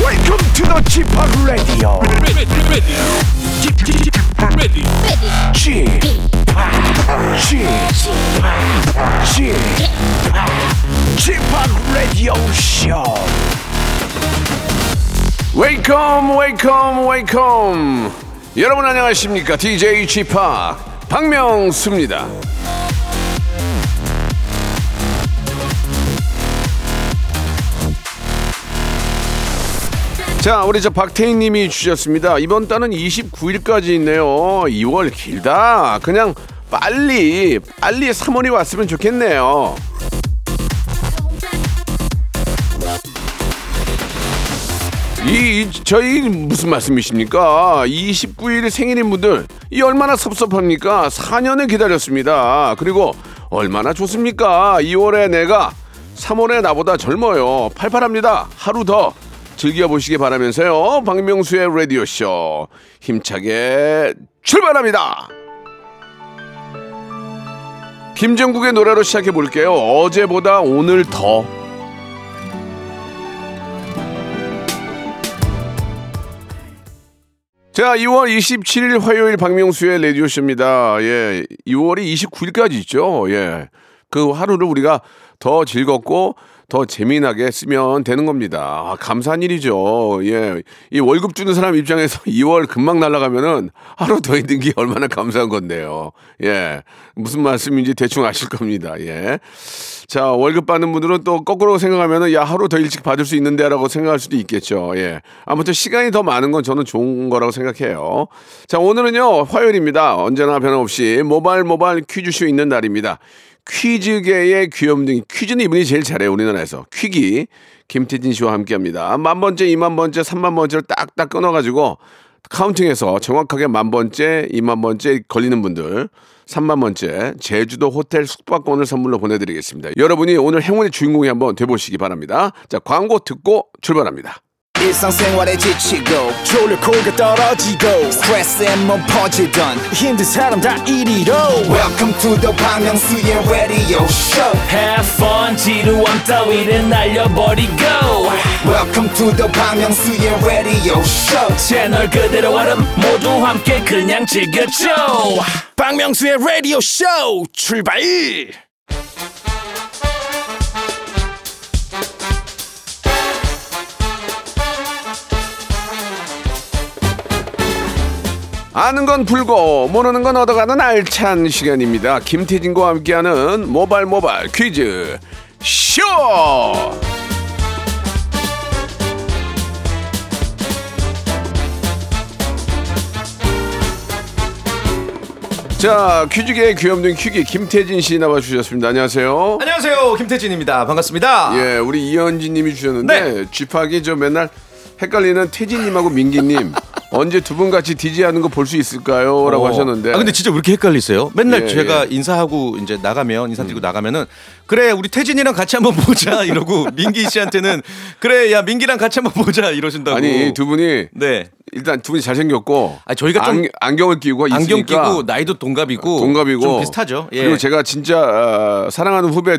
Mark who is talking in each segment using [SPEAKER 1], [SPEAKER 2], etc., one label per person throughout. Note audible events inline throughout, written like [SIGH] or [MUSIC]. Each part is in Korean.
[SPEAKER 1] welcome to the g p o p Radio.
[SPEAKER 2] ready, ready, ready, ready.
[SPEAKER 1] g p o p G p o p Radio Show.
[SPEAKER 3] 웨이컴 웨이컴 웨이컴 여러분 안녕하십니까 DJ g p o p 박명수입니다 자 우리 저 박태희 님이 주셨습니다 이번 달은 29일까지 있네요 2월 길다 그냥 빨리 빨리 3월이 왔으면 좋겠네요 이, 이- 저희 무슨 말씀이십니까? 29일 생일인 분들 이 얼마나 섭섭합니까? 4년을 기다렸습니다. 그리고 얼마나 좋습니까? 2월에 내가 3월에 나보다 젊어요. 팔팔합니다. 하루 더 즐겨보시기 바라면서요. 박명수의 라디오쇼 힘차게 출발합니다. 김정국의 노래로 시작해 볼게요. 어제보다 오늘 더 자, 2월 27일 화요일 박명수의 라디오쇼입니다. 예. 2월이 29일까지 있죠. 예. 그 하루를 우리가 더 즐겁고 더 재미나게 쓰면 되는 겁니다. 아, 감사한 일이죠. 예. 이 월급 주는 사람 입장에서 [LAUGHS] 2월 금방 날아가면은 하루 더 있는 게 얼마나 감사한 건데요. 예. 무슨 말씀인지 대충 아실 겁니다. 예. 자 월급 받는 분들은 또 거꾸로 생각하면은 야 하루 더 일찍 받을 수 있는데라고 생각할 수도 있겠죠. 예. 아무튼 시간이 더 많은 건 저는 좋은 거라고 생각해요. 자 오늘은요 화요일입니다. 언제나 변함없이 모발 모발 퀴즈쇼 있는 날입니다. 퀴즈계의 귀염둥이 퀴즈는 이분이 제일 잘해요 우리나라에서 퀴기 김태진 씨와 함께합니다. 만 번째, 이만 번째, 삼만 번째를 딱딱 끊어가지고 카운팅해서 정확하게 만 번째, 이만 번째 걸리는 분들, 삼만 번째 제주도 호텔 숙박권을 선물로 보내드리겠습니다. 여러분이 오늘 행운의 주인공이 한번 돼보시기 바랍니다. 자, 광고 듣고 출발합니다.
[SPEAKER 4] 일상생활에 지치고,
[SPEAKER 1] 졸려 코가 떨어지고
[SPEAKER 4] 스트레스에 몸 퍼지던,
[SPEAKER 1] 힘든 사람 다 이리로.
[SPEAKER 4] welcome to the Bang Myung-soo's radio show
[SPEAKER 5] Have fun 지루함 따위를 날려버리고
[SPEAKER 4] welcome to the Bang Myung-soo's radio show
[SPEAKER 5] 채널 그대로 얼음 모두 함께 그냥 즐겨줘
[SPEAKER 1] 박명수의 라디오 쇼 출발.
[SPEAKER 3] 아는 건 불고 모르는 건 얻어가는 알찬 시간입니다. 김태진과 함께하는 모발 모발 퀴즈 쇼. 자 퀴즈계의 귀염둥이 퀴기 김태진 씨 나와주셨습니다. 안녕하세요.
[SPEAKER 6] 안녕하세요 김태진입니다 반갑습니다
[SPEAKER 3] 예, 우리 이현진님이
[SPEAKER 6] 네.
[SPEAKER 3] 주셨는데 쥐팍이 저 맨날 헷갈리는 태진님하고
[SPEAKER 6] [LAUGHS]
[SPEAKER 3] 민기님 언제 두 분 같이 DJ 하는 거 볼 수 있을까요?라고
[SPEAKER 6] 어.
[SPEAKER 3] 하셨는데.
[SPEAKER 6] 아 근데 진짜 왜 이렇게 헷갈리세요? 맨날
[SPEAKER 3] 예, 음.
[SPEAKER 6] 제가 인사하고 이제 나가면 인사드리고 나가면은 그래 우리 태진이랑 같이 한번 보자 이러고
[SPEAKER 3] [LAUGHS]
[SPEAKER 6] 민기 씨한테는 그래 야 민기랑 같이 한번 보자 이러신다고
[SPEAKER 3] 아니 두 분이
[SPEAKER 6] 네
[SPEAKER 3] 일단 두 분이 잘생겼고
[SPEAKER 6] 아, 저희가 좀
[SPEAKER 3] 안, 경을 끼고
[SPEAKER 6] 안경
[SPEAKER 3] 있으니까 아,
[SPEAKER 6] 끼고 나이도 동갑이고
[SPEAKER 3] 동갑이고
[SPEAKER 6] 좀 비슷하죠 예.
[SPEAKER 3] 그리고 제가 진짜 아, 사랑하는 후배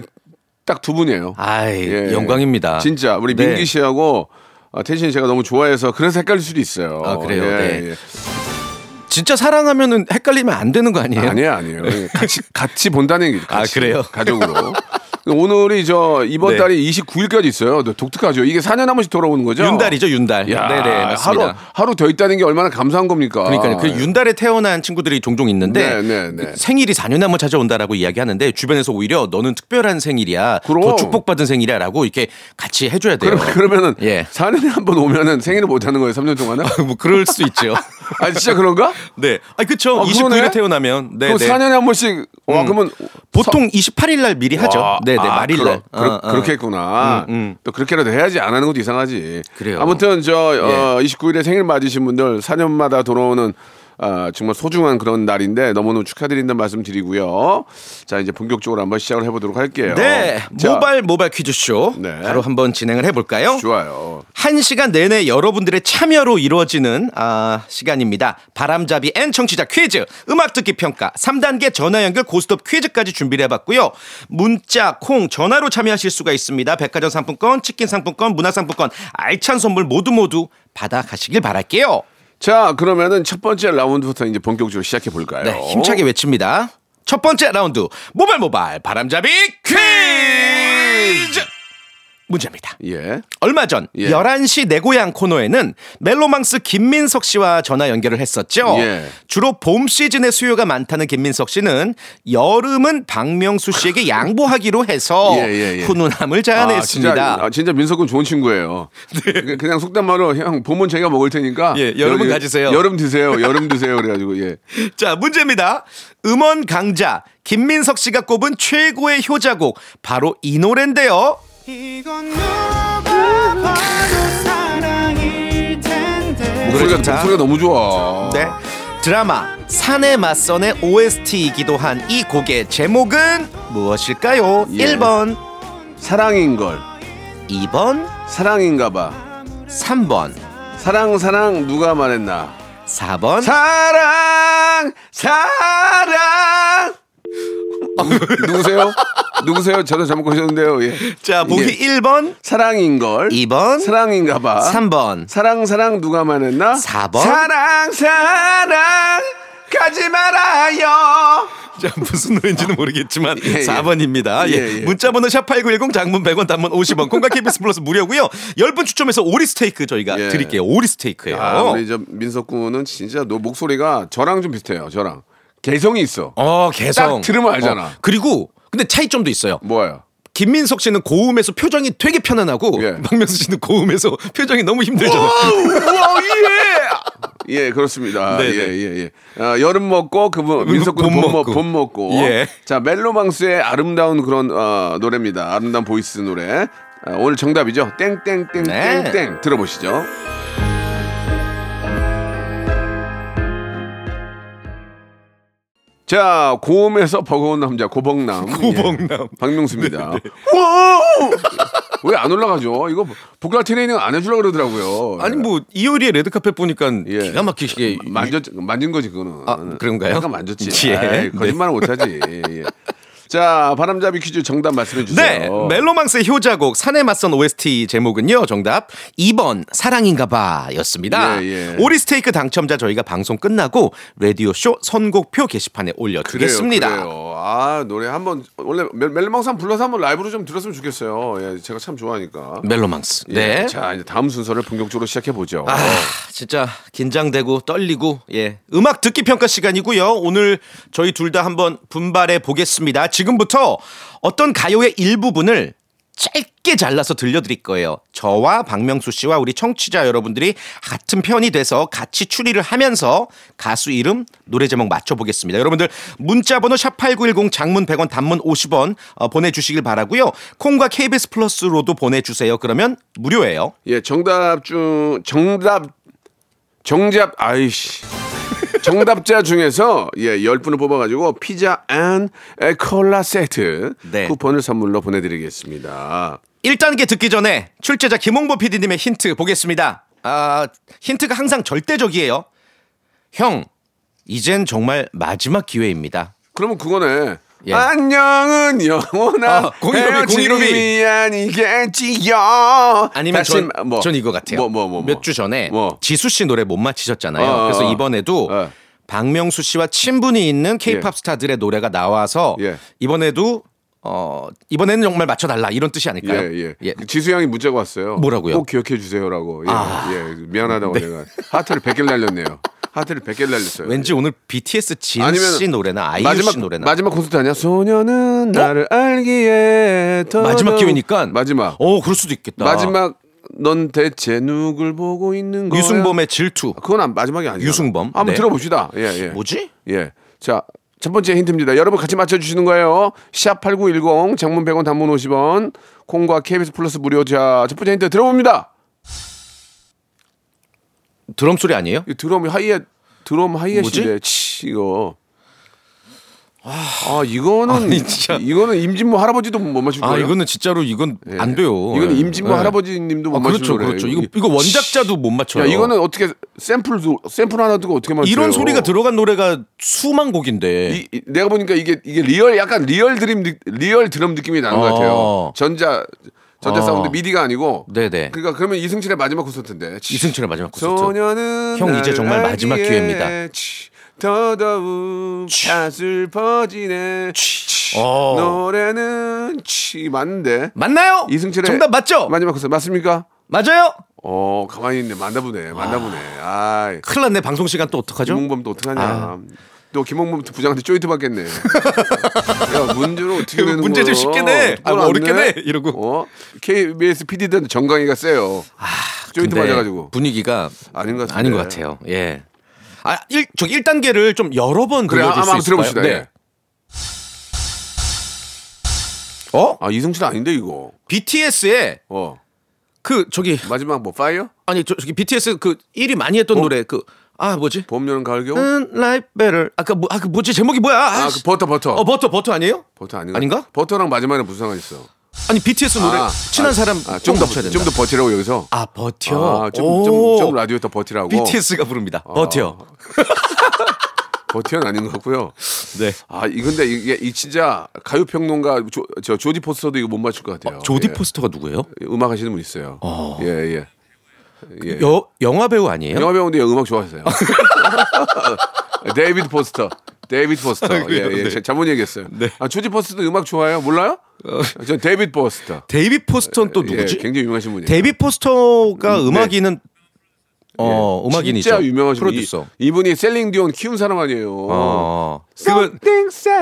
[SPEAKER 3] 딱 두 분이에요.
[SPEAKER 6] 아이
[SPEAKER 3] 예.
[SPEAKER 6] 영광입니다
[SPEAKER 3] 진짜 우리
[SPEAKER 6] 네.
[SPEAKER 3] 민기 씨하고 아, 태진 이 제가 너무 좋아해서 그래서 헷갈릴 수도 있어요. 예,
[SPEAKER 6] 아, 그래요? 네. 진짜 사랑하면은 헷갈리면 안 되는 거 아니에요?
[SPEAKER 3] 아니에요, 아니에요. 같이 같이 본다는 얘기죠.
[SPEAKER 6] 예. 아,
[SPEAKER 3] 같이.
[SPEAKER 6] 그래요?
[SPEAKER 3] 가족으로. 오늘이 저 이번
[SPEAKER 6] 네.
[SPEAKER 3] 달이 29일까지 있어요. 네, 독특하죠. 이게 4년 한 번씩 돌아오는 거죠.
[SPEAKER 6] [LAUGHS] 윤달이죠 윤달
[SPEAKER 3] 야,
[SPEAKER 6] 네네 맞습니다
[SPEAKER 3] 하루 하루 더 있다는 게 얼마나 감사한 겁니까?
[SPEAKER 6] 그러니까 그 윤달에 태어난 친구들이 종종 있는데
[SPEAKER 3] 아, 예. 네, 네, 네.
[SPEAKER 6] 그 생일이 4년에 한번 찾아온다라고 이야기하는데 주변에서 오히려 너는 특별한 생일이야.
[SPEAKER 3] 그럼.
[SPEAKER 6] 더 축복받은 생일이야라고 이렇게 같이 해 줘야 돼요.
[SPEAKER 3] 그럼, 그러면은
[SPEAKER 6] 예.
[SPEAKER 3] 4년에 한 번 오면은 생일을 못 하는 거예요. 3년
[SPEAKER 6] [LAUGHS]
[SPEAKER 3] 동안은.
[SPEAKER 6] 뭐 그럴 수
[SPEAKER 3] [LAUGHS]
[SPEAKER 6] 있죠.
[SPEAKER 3] 아 진짜 그런가?
[SPEAKER 6] 네. 아 그렇죠.
[SPEAKER 3] 아,
[SPEAKER 6] 29일에
[SPEAKER 3] 그러네?
[SPEAKER 6] 태어나면 네,
[SPEAKER 3] 그럼
[SPEAKER 6] 네.
[SPEAKER 3] 4년에 한 번씩 와 그러면
[SPEAKER 6] 보통 28일 날 미리 하죠.
[SPEAKER 3] 와,
[SPEAKER 6] 네, 네.
[SPEAKER 3] 아,
[SPEAKER 6] 말일 날.
[SPEAKER 3] 그러, 그러,
[SPEAKER 6] 어, 어.
[SPEAKER 3] 그렇게 했구나. 또 그렇게라도 해야지 안 하는 것도 이상하지.
[SPEAKER 6] 그래요. 예.
[SPEAKER 3] 아무튼 저 어, 29일에 생일 맞으신 분들 4년마다 돌아오는 아, 정말 소중한 그런 날인데 너무너무 축하드린다는 말씀 드리고요. 자 이제 본격적으로 한번 시작을 해보도록 할게요.
[SPEAKER 6] 네.
[SPEAKER 3] 자,
[SPEAKER 6] 모발 모발 퀴즈쇼.
[SPEAKER 3] 네.
[SPEAKER 6] 바로 한번 진행을 해 볼까요?
[SPEAKER 3] 좋아요.
[SPEAKER 6] 한 시간 내내 여러분들의 참여로 이루어지는 아, 시간입니다. 바람잡이 앤 청취자 퀴즈, 음악 듣기 평가, 3단계 전화 연결 고스톱 퀴즈까지 준비를 해봤고요. 문자, 콩, 전화로 참여하실 수가 있습니다. 백화점 상품권, 치킨 상품권, 문화 상품권, 알찬 선물 모두 모두 받아가시길 바랄게요.
[SPEAKER 3] 자, 그러면은 첫 번째 라운드부터 이제 본격적으로 시작해 볼까요?
[SPEAKER 6] 네, 힘차게 외칩니다. 첫 번째 라운드 모발 모발 바람잡이 퀴즈 문제입니다.
[SPEAKER 3] 예.
[SPEAKER 6] 얼마 전
[SPEAKER 3] 예.
[SPEAKER 6] 11시 내 고향 코너에는 멜로망스 김민석 씨와 전화 연결을 했었죠.
[SPEAKER 3] 예.
[SPEAKER 6] 주로 봄 시즌에 수요가 많다는 김민석 씨는 여름은
[SPEAKER 3] [LAUGHS]
[SPEAKER 6] 박명수 씨에게 양보하기로 해서
[SPEAKER 3] 예, 예, 예.
[SPEAKER 6] 훈훈함을
[SPEAKER 3] 아, 진짜,
[SPEAKER 6] 자아냈습니다.
[SPEAKER 3] 아, 진짜 민석군 좋은 친구예요. 그- 그냥 속담말로 형 봄은 제가 먹을 테니까
[SPEAKER 6] 예, 여름은
[SPEAKER 3] 여기-
[SPEAKER 6] 가지세요.
[SPEAKER 3] 여름 드세요. 여름 드세요. 그래가지고 예.
[SPEAKER 6] 자, 문제입니다. 음원 강자 김민석 씨가 꼽은 최고의 효자곡 바로 이 노래인데요.
[SPEAKER 3] 목소리가
[SPEAKER 6] 좋다.
[SPEAKER 3] 목소리가 너무 좋아.
[SPEAKER 6] 네. 드라마 산의 맞선의 OST이기도 한 이 곡의 제목은 무엇일까요?
[SPEAKER 3] 예.
[SPEAKER 6] 1번,
[SPEAKER 3] 사랑인 걸
[SPEAKER 6] 2번,
[SPEAKER 3] 사랑인가봐.
[SPEAKER 6] 3번,
[SPEAKER 3] 사랑 사랑 누가 말했나?
[SPEAKER 6] 4번.
[SPEAKER 3] 사랑 사랑
[SPEAKER 6] 아,
[SPEAKER 3] 누구세요? 누구세요? 전화 잘못 거셨는데요. 예.
[SPEAKER 6] 자, 보기
[SPEAKER 3] 예.
[SPEAKER 6] 1번,
[SPEAKER 3] 사랑인 걸
[SPEAKER 6] 2번,
[SPEAKER 3] 사랑인가봐.
[SPEAKER 6] 3번.
[SPEAKER 3] 사랑 사랑 누가 말했나?
[SPEAKER 6] 사 번.
[SPEAKER 3] 사랑 사랑 가지 말아요.
[SPEAKER 6] 자, 무슨 노래인지는 모르겠지만
[SPEAKER 3] 예.
[SPEAKER 6] 4번입니다. 예.
[SPEAKER 3] 예, 예.
[SPEAKER 6] 문자 번호 샵8910 장문 100원 단문 50원 콩과 KBS 플러스 무료고요. 10분 추첨해서 오리 스테이크 저희가
[SPEAKER 3] 예.
[SPEAKER 6] 드릴게요. 오리 스테이크예요.
[SPEAKER 3] 아, 우리 저 민석 군은 진짜 너 목소리가 저랑 좀 비슷해요. 저랑 개성이 있어.
[SPEAKER 6] 어, 개성. 어,
[SPEAKER 3] 딱 들으면 알잖아.
[SPEAKER 6] 그리고 근데 차이점도 있어요.
[SPEAKER 3] 뭐예요?
[SPEAKER 6] 김민석 씨는 고음에서 표정이 되게 편안하고
[SPEAKER 3] 예.
[SPEAKER 6] 박명수 씨는 고음에서 표정이 너무 힘들잖아요.
[SPEAKER 3] 우와 예. 예 그렇습니다.
[SPEAKER 6] 네, 네.
[SPEAKER 3] 예예 예. 아, 여름 먹고 그분 민석 군은 봄
[SPEAKER 6] 봄
[SPEAKER 3] 먹고.
[SPEAKER 6] 먹고.
[SPEAKER 3] 봄 먹고.
[SPEAKER 6] 예.
[SPEAKER 3] 자 멜로망스의 아름다운 그런 어, 노래입니다. 아름다운 보이스 노래. 아, 오늘 정답이죠. 땡땡땡땡땡
[SPEAKER 6] 네.
[SPEAKER 3] 들어보시죠. 자 고음에서 버거운 남자 고벅남
[SPEAKER 6] 고벅남. 네,
[SPEAKER 3] 예, 박명수입니다. 와우! 왜 안 올라가죠? 이거 보컬 트레이닝 안 해주려 고 그러더라고요.
[SPEAKER 6] 아니 뭐 이효리의 레드카펫 보니까
[SPEAKER 3] 예.
[SPEAKER 6] 기가 막히게
[SPEAKER 3] 만졌 만진 거지 그거는.
[SPEAKER 6] 아, 그런가요?
[SPEAKER 3] 약간 만졌지.
[SPEAKER 6] 예.
[SPEAKER 3] 아이, 거짓말은 못하지. 예, 예. 자 바람잡이 퀴즈 정답 말씀해 주세요.
[SPEAKER 6] 네, 멜로망스의 효자곡 산에 맞선 OST 제목은요. 정답 2번 사랑인가봐였습니다.
[SPEAKER 3] 예, 예.
[SPEAKER 6] 오리스테이크 당첨자 저희가 방송 끝나고 라디오 쇼 선곡표 게시판에
[SPEAKER 3] 그래요,
[SPEAKER 6] 올려두겠습니다.
[SPEAKER 3] 그래요. 아 노래 한번 원래 멜- 멜로망스 한번 불러서 한번 라이브로 좀 들었으면 좋겠어요. 예, 제가 참 좋아하니까.
[SPEAKER 6] 멜로망스.
[SPEAKER 3] 예,
[SPEAKER 6] 네.
[SPEAKER 3] 자 이제 다음 순서를 본격적으로 시작해 보죠.
[SPEAKER 6] 아, 진짜 긴장되고 떨리고 예 음악 듣기 평가 시간이고요 오늘 저희 둘 다 한번 분발해 보겠습니다 지금부터 어떤 가요의 일부분을 짧게 잘라서 들려드릴 거예요 저와 박명수 씨와 우리 청취자 여러분들이 같은 편이 돼서 같이 추리를 하면서 가수 이름 노래 제목 맞춰보겠습니다 여러분들 문자번호 샵8910 장문 100원 단문 50원 어, 보내주시길 바라고요 콩과 KBS 플러스로도 보내주세요 그러면 무료예요
[SPEAKER 3] 예, 정답 중 정답 정답 아이씨. 정답자 중에서 예, 10분을 뽑아 가지고 피자 앤 콜라 세트
[SPEAKER 6] 네.
[SPEAKER 3] 쿠폰을 선물로 보내 드리겠습니다.
[SPEAKER 6] 1단계 듣기 전에 출제자 김홍보 PD님의 힌트 보겠습니다. 아, 힌트가 항상 절대적이에요. 형, 이젠 정말 마지막 기회입니다.
[SPEAKER 3] 그러면 그거네.
[SPEAKER 6] 예.
[SPEAKER 3] 안녕은 영원한
[SPEAKER 6] 아, 공일오비, 공일오비.
[SPEAKER 3] 헤어짐이 아니겠지요.
[SPEAKER 6] 아니면
[SPEAKER 3] 다시
[SPEAKER 6] 전,
[SPEAKER 3] 마- 뭐,
[SPEAKER 6] 전 이거 같아요.
[SPEAKER 3] 뭐, 뭐, 뭐, 뭐.
[SPEAKER 6] 몇 주 전에
[SPEAKER 3] 뭐.
[SPEAKER 6] 지수 씨 노래 못 맞히셨잖아요.
[SPEAKER 3] 어, 어,
[SPEAKER 6] 그래서
[SPEAKER 3] 어.
[SPEAKER 6] 이번에도
[SPEAKER 3] 예.
[SPEAKER 6] 박명수 씨와 친분이 있는 케이팝 스타들의 노래가 나와서
[SPEAKER 3] 예.
[SPEAKER 6] 이번에도 어, 이번에는 정말 맞춰달라 이런 뜻이 아닐까요?
[SPEAKER 3] 예, 예. 그 지수 형이 문자가 왔어요.
[SPEAKER 6] 뭐라고요?
[SPEAKER 3] 꼭 기억해 주세요라고. 예,
[SPEAKER 6] 아.
[SPEAKER 3] 예. 미안하다고 내가 하트를 100개를 날렸네요. 하트를 100개를 날렸어요.
[SPEAKER 6] 왠지 오늘 BTS 진 씨 노래나 아이유
[SPEAKER 3] 마지막,
[SPEAKER 6] 씨 노래나 어?
[SPEAKER 3] 마지막 콘서트 아니야? 소녀는 나를 알기에 더
[SPEAKER 6] 마지막
[SPEAKER 3] 너무-
[SPEAKER 6] 기회니까
[SPEAKER 3] 아, 네. 마지막
[SPEAKER 6] 어 그럴 수도 있겠다.
[SPEAKER 3] 마지막 넌 대체 누굴 보고 있는 거야? 아,
[SPEAKER 6] 유승범의 질투.
[SPEAKER 3] 그건 안, 마지막이 아니야.
[SPEAKER 6] 유승범.
[SPEAKER 3] 한번
[SPEAKER 6] 네.
[SPEAKER 3] 들어봅시다. 예 예.
[SPEAKER 6] 뭐지?
[SPEAKER 3] 예. 자. 첫 번째 힌트입니다. 여러분 같이 맞춰주시는 거예요. 샵8910 장문 100원 단문 50원 콩과 KBS 플러스 무료 자첫 번째 힌트 들어봅니다.
[SPEAKER 6] 드럼 소리 아니에요?
[SPEAKER 3] 이 드럼 하이햇 드럼 하이햇인데 치 이거 아 이거는
[SPEAKER 6] 아니, 진짜.
[SPEAKER 3] 이거는 임진모 할아버지도 못 맞출
[SPEAKER 6] 아
[SPEAKER 3] 거예요. 네.
[SPEAKER 6] 이거는 진짜로 이건 안 돼요.
[SPEAKER 3] 이거는
[SPEAKER 6] 예.
[SPEAKER 3] 임진모
[SPEAKER 6] 예.
[SPEAKER 3] 할아버지님도 못
[SPEAKER 6] 아,
[SPEAKER 3] 맞출
[SPEAKER 6] 그렇죠,
[SPEAKER 3] 거예요.
[SPEAKER 6] 그렇죠. 이거 이거 원작자도 못 맞춰요.
[SPEAKER 3] 야 이거는 어떻게 샘플도 샘플 하나 두고 어떻게 맞춰요?
[SPEAKER 6] 이런 소리가 들어간 노래가 수만 곡인데
[SPEAKER 3] 이- 이- 내가 보니까 이게 이게 리얼 약간 리얼 드림 느- 리얼 드럼 느낌이 나는 것
[SPEAKER 6] 어.
[SPEAKER 3] 같아요. 전자 전자
[SPEAKER 6] 어.
[SPEAKER 3] 사운드 미디가 아니고.
[SPEAKER 6] 네네.
[SPEAKER 3] 그러니까 그러면 이승철의 마지막 콘서트인데.
[SPEAKER 6] 이승철의 마지막 콘서트.
[SPEAKER 3] 소녀는
[SPEAKER 6] 형, 이제
[SPEAKER 3] 날
[SPEAKER 6] 정말 마지막
[SPEAKER 3] 알기에
[SPEAKER 6] 기회입니다.
[SPEAKER 3] 치, 더더욱 가슬 퍼지네. 치,
[SPEAKER 6] 어.
[SPEAKER 3] 노래는 치 맞는데.
[SPEAKER 6] 맞나요?
[SPEAKER 3] 이승철의
[SPEAKER 6] 정답 맞죠?
[SPEAKER 3] 마지막 콘서트 맞습니까?
[SPEAKER 6] 맞아요?
[SPEAKER 3] 어 가만히 있네 만나보네 만나보네. 아
[SPEAKER 6] 큰일 났네. 방송 시간 또 어떡하죠?
[SPEAKER 3] 김홍범 또 어떡하냐.
[SPEAKER 6] 아.
[SPEAKER 3] 또 김홍범 부장한테 쪼이트
[SPEAKER 6] [LAUGHS]
[SPEAKER 3] 받겠네. 야 문제로 어떻게 되는
[SPEAKER 6] 문제 좀
[SPEAKER 3] 거야?
[SPEAKER 6] 쉽게 내. 아, 뭐
[SPEAKER 3] 안
[SPEAKER 6] 어렵게
[SPEAKER 3] 내?
[SPEAKER 6] 내. 이러고. 아,
[SPEAKER 3] 어? KBS PD들한테 정강이가 세요. 쪼이트
[SPEAKER 6] 근데
[SPEAKER 3] 맞아가지고.
[SPEAKER 6] 분위기가
[SPEAKER 3] 아닌 것 같은데.
[SPEAKER 6] 아닌 것 같아요. 예. 아, 일, 저기 1단계를 좀 여러 번
[SPEAKER 3] 그래
[SPEAKER 6] 들려줄
[SPEAKER 3] 한번
[SPEAKER 6] 수 있을까요? 네.
[SPEAKER 3] 들어봅시다. 예.
[SPEAKER 6] 어?
[SPEAKER 3] 아 이승철 아닌데 이거.
[SPEAKER 6] BTS의
[SPEAKER 3] 어
[SPEAKER 6] 그 저기
[SPEAKER 3] 마지막 뭐 파이어?
[SPEAKER 6] 아니 저, 저기 BTS 그 1위 많이
[SPEAKER 3] 어?
[SPEAKER 6] 했던 노래 그 아 뭐지?
[SPEAKER 3] 봄 여름 가을 겨울?
[SPEAKER 6] 은 라이프 베럴 아까 뭐, 아, 그 뭐지 제목이 뭐야? 아,
[SPEAKER 3] 아 그 버터 버터.
[SPEAKER 6] 어 버터 버터 아니에요?
[SPEAKER 3] 버터 아닌가?
[SPEAKER 6] 아닌가?
[SPEAKER 3] 버터랑 마지막에 무슨 상관 있어?
[SPEAKER 6] 아니 BTS 노래
[SPEAKER 3] 아,
[SPEAKER 6] 친한
[SPEAKER 3] 아,
[SPEAKER 6] 사람
[SPEAKER 3] 아, 좀더
[SPEAKER 6] 쳐야 된다.
[SPEAKER 3] 좀 더 버티라고 여기서.
[SPEAKER 6] 아 버텨.
[SPEAKER 3] 아, 좀, 좀,
[SPEAKER 6] 오.
[SPEAKER 3] 좀 라디오에 더 버티라고. 어.
[SPEAKER 6] BTS가 부릅니다. 버텨.
[SPEAKER 3] 버티는 아닌 것 같고요.
[SPEAKER 6] 네.
[SPEAKER 3] 아, 이 근데 이게 이 진짜 가요 평론가 조, 저 조디 포스터도 이거 못 맞출 것 같아요.
[SPEAKER 6] 어, 조디
[SPEAKER 3] 예.
[SPEAKER 6] 포스터가 누구예요?
[SPEAKER 3] 예, 음악 하시는 분 있어요. 예, 예. 예.
[SPEAKER 6] 여, 영화 배우 아니에요?
[SPEAKER 3] 영화 배우인데 음악 좋아하세요. [LAUGHS] 데이비드 포스터. 데이비드 포스터.
[SPEAKER 6] 그래요?
[SPEAKER 3] 예, 예.
[SPEAKER 6] 네.
[SPEAKER 3] 자- 잘못 얘기했어요. 아, 조디 포스터 음악 좋아해요? 몰라요? 전 데이비드 포스터.
[SPEAKER 6] 데이비 포스터는 또
[SPEAKER 3] 예,
[SPEAKER 6] 누구지?
[SPEAKER 3] 굉장히 유명하신 분이에요.
[SPEAKER 6] 데이비 포스터가 음악인은 네. 어
[SPEAKER 3] 예.
[SPEAKER 6] 음악인이죠.
[SPEAKER 3] 진짜 유명하신
[SPEAKER 6] 프로듀서.
[SPEAKER 3] 분이 이분이 셀링 디온 키운 사람 아니에요.
[SPEAKER 6] 어. 그분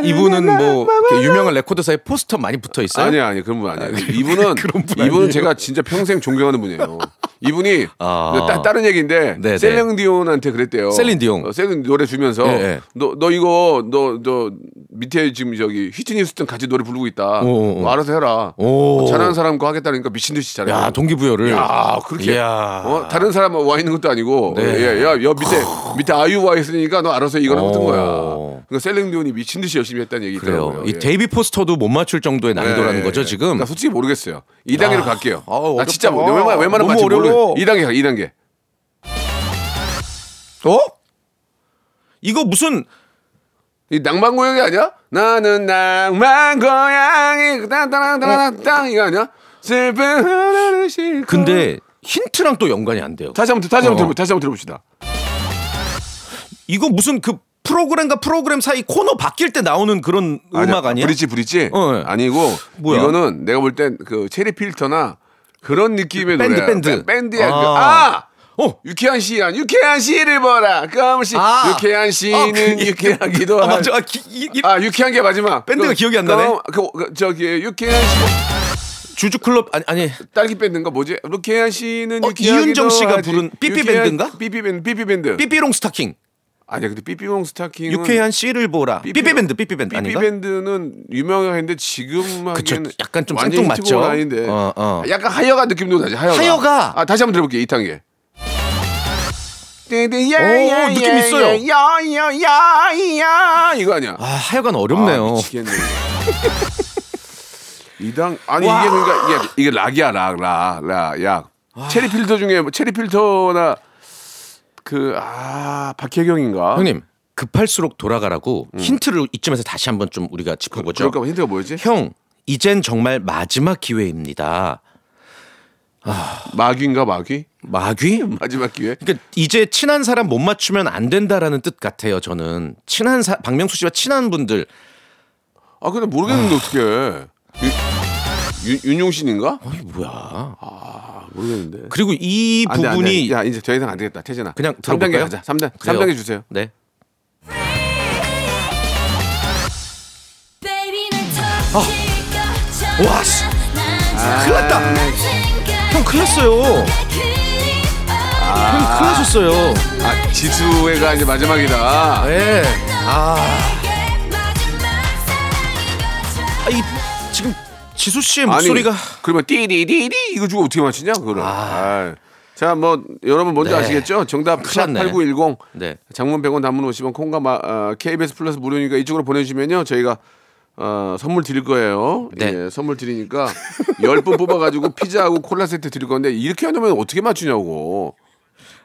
[SPEAKER 6] 이분은 뭐 이렇게 유명한 레코드사에 포스터 많이 붙어 있어요.
[SPEAKER 3] 아니 아니 그런 분 아니에요. 이분은
[SPEAKER 6] [LAUGHS] 그런 분
[SPEAKER 3] 이분은
[SPEAKER 6] 아니에요?
[SPEAKER 3] 제가 진짜 평생 존경하는 분이에요. 이분이
[SPEAKER 6] 아.
[SPEAKER 3] 따, 다른 얘기인데
[SPEAKER 6] 네, 네.
[SPEAKER 3] 셀링 디온한테 그랬대요.
[SPEAKER 6] 셀린 디온.
[SPEAKER 3] 어, 셀린 노래 주면서
[SPEAKER 6] 예, 예.
[SPEAKER 3] 너 너 이거 너 너 밑에 지금 저기 휘트니 스턴 같이 노래 부르고 있다.
[SPEAKER 6] 오, 오.
[SPEAKER 3] 뭐 알아서 해라.
[SPEAKER 6] 오.
[SPEAKER 3] 잘하는 사람 거 하겠다니까 미친 듯이 잘해.
[SPEAKER 6] 야 동기부여를.
[SPEAKER 3] 야 그렇게
[SPEAKER 6] 이야.
[SPEAKER 3] 어, 다른 사람 와 있는 것도 아니고
[SPEAKER 6] 네.
[SPEAKER 3] 예, 야, 야 밑에 밑에 아이유 와 있으니까 너 알아서 이거나 같은
[SPEAKER 6] 오.
[SPEAKER 3] 거야. 그러니까 셀링 디온이 미친 듯이 열심히 했다는 얘기
[SPEAKER 6] 그래요. 네. 그러니까
[SPEAKER 3] 있더라고요.
[SPEAKER 6] 이
[SPEAKER 3] 예.
[SPEAKER 6] 데이비 포스터도 못 맞출 정도의 난이도라는
[SPEAKER 3] 예, 예.
[SPEAKER 6] 거죠 지금.
[SPEAKER 3] 나 솔직히 모르겠어요. 2단계로 갈게요.
[SPEAKER 6] 아우,
[SPEAKER 3] 나
[SPEAKER 6] 어렵다.
[SPEAKER 3] 진짜 모르- 웬만, 웬만한
[SPEAKER 6] 너무
[SPEAKER 3] 맛집
[SPEAKER 6] 어려워.
[SPEAKER 3] 모르 2단계 가 2단계.
[SPEAKER 6] 어? 이거 무슨
[SPEAKER 3] 이 낭만고양이 아니야? 나는 낭만고양이 땅땅땅땅땅 이거 아니야? 슬픈 하늘을 싣고
[SPEAKER 6] 근데 힌트랑 또 연관이 안 돼요.
[SPEAKER 3] 다시 한번 들- 다시 한번
[SPEAKER 6] 어.
[SPEAKER 3] 들어 다시 한번 들어봅시다.
[SPEAKER 6] 이거 무슨 그 프로그램과 프로그램 사이 코너 바뀔 때 나오는 그런 음악 아니야?
[SPEAKER 3] 브릿지 브릿지?
[SPEAKER 6] 어, 예.
[SPEAKER 3] 아니고
[SPEAKER 6] 뭐야?
[SPEAKER 3] 이거는 내가 볼 땐 그 체리 필터나 그런 느낌의
[SPEAKER 6] 밴드,
[SPEAKER 3] 노래야.
[SPEAKER 6] 밴드.
[SPEAKER 3] 밴드야. 그-
[SPEAKER 6] 아.
[SPEAKER 3] 아!
[SPEAKER 6] 어.
[SPEAKER 3] 유쾌한 시안 유쾌한 시를 보라 까무시
[SPEAKER 6] 아.
[SPEAKER 3] 유쾌한 시는
[SPEAKER 6] 그-
[SPEAKER 3] 유쾌하기도
[SPEAKER 6] 아,
[SPEAKER 3] 하
[SPEAKER 6] 맞아. 아, 기, 이, 이,
[SPEAKER 3] 아 유쾌한 게 마지막
[SPEAKER 6] 밴드가 기억이 안 나네.
[SPEAKER 3] 그, 그, 그, 저기 유쾌한 씨
[SPEAKER 6] 주주클럽 아니 아니
[SPEAKER 3] 딸기 밴드인가 뭐지 유쾌한 씨는
[SPEAKER 6] 어,
[SPEAKER 3] 유쾌하기도
[SPEAKER 6] 이윤정 씨가
[SPEAKER 3] 하지.
[SPEAKER 6] 부른 삐삐
[SPEAKER 3] 유쾌한-
[SPEAKER 6] 밴드인가?
[SPEAKER 3] 삐삐 밴드 삐삐 밴드
[SPEAKER 6] 삐삐롱 스타킹
[SPEAKER 3] 아니야 근데 삐삐봉 스타킹은
[SPEAKER 6] 유쾌한 씨를 보라
[SPEAKER 3] 삐삐-
[SPEAKER 6] 삐삐밴드 삐삐밴드
[SPEAKER 3] 삐삐
[SPEAKER 6] 아닌가?
[SPEAKER 3] 밴드는 유명한데 지금
[SPEAKER 6] 그쵸,
[SPEAKER 3] 하기에는
[SPEAKER 6] 약간 좀
[SPEAKER 3] 완전히
[SPEAKER 6] 생뚱맞죠?
[SPEAKER 3] 히트곡은 아닌데
[SPEAKER 6] 어, 어.
[SPEAKER 3] 약간 하여가 느낌도 나지 하여가
[SPEAKER 6] 하여가!
[SPEAKER 3] 아 다시 한번 들어볼게 2 단계
[SPEAKER 6] 오, 느낌 있어요.
[SPEAKER 3] 야야야야 이거 아니야
[SPEAKER 6] 아 하여간
[SPEAKER 3] 아,
[SPEAKER 6] 어렵네요.
[SPEAKER 3] 미치겠네. 이당 아니 이게 그러니까 이게 이게 락이야 락락락약
[SPEAKER 6] 아.
[SPEAKER 3] 체리 필터 중에 뭐 체리 필터나 그 아 박혜경인가
[SPEAKER 6] 형님 급할수록 돌아가라고 힌트를 이쯤에서 다시 한번 좀 우리가 짚어보죠.
[SPEAKER 3] 음. 그럴까 봐 힌트가 뭐였지?
[SPEAKER 6] 형 이젠 정말 마지막 기회입니다.
[SPEAKER 3] 마귀인가 마귀
[SPEAKER 6] 마귀?
[SPEAKER 3] 마지막 기회
[SPEAKER 6] 그러니까 이제 친한 사람 못 맞추면 안 된다라는 뜻 같아요. 저는 친한 사, 박명수 씨와 친한 분들
[SPEAKER 3] 아 근데 모르겠는데 어떻게 윤용신인가
[SPEAKER 6] 어이 뭐야?
[SPEAKER 3] 아, 모르겠는데
[SPEAKER 6] 그리고 이
[SPEAKER 3] 안 돼, 안 돼.
[SPEAKER 6] 부분이
[SPEAKER 3] 야 이제 더 이상 안 되겠다 태진아
[SPEAKER 6] 그냥
[SPEAKER 3] 삼 단계
[SPEAKER 6] 들어볼까요?
[SPEAKER 3] 가자 3단
[SPEAKER 6] 그래요.
[SPEAKER 3] 3단계 주세요
[SPEAKER 6] 네.
[SPEAKER 7] 아. 와 씨.
[SPEAKER 6] 아, 큰일 났다. 형 큰일 났어요. 형 큰일 났었어요.
[SPEAKER 3] 아 지수회가 이제 마지막이다
[SPEAKER 6] 예. 아. 아, 이 지금 지수 씨의 목소리가
[SPEAKER 3] 그러면 띠리리리 이거 주고 어떻게 맞히냐 그거를. 아. 자, 뭐 여러분 뭔지
[SPEAKER 6] 네.
[SPEAKER 3] 아시겠죠? 정답
[SPEAKER 6] 큰일 났네.
[SPEAKER 3] 8910.
[SPEAKER 6] 네.
[SPEAKER 3] 장문 100원 단문 50원 콩과 마, 아, KBS 플러스 무료니까 이쪽으로 보내 주시면요. 저희가 어, 선물 드릴 거예요.
[SPEAKER 6] 네.
[SPEAKER 3] 예, 선물 드리니까 10분 뽑아 가지고 피자하고 콜라 세트 드릴 건데 이렇게 하면 어떻게 맞추냐고.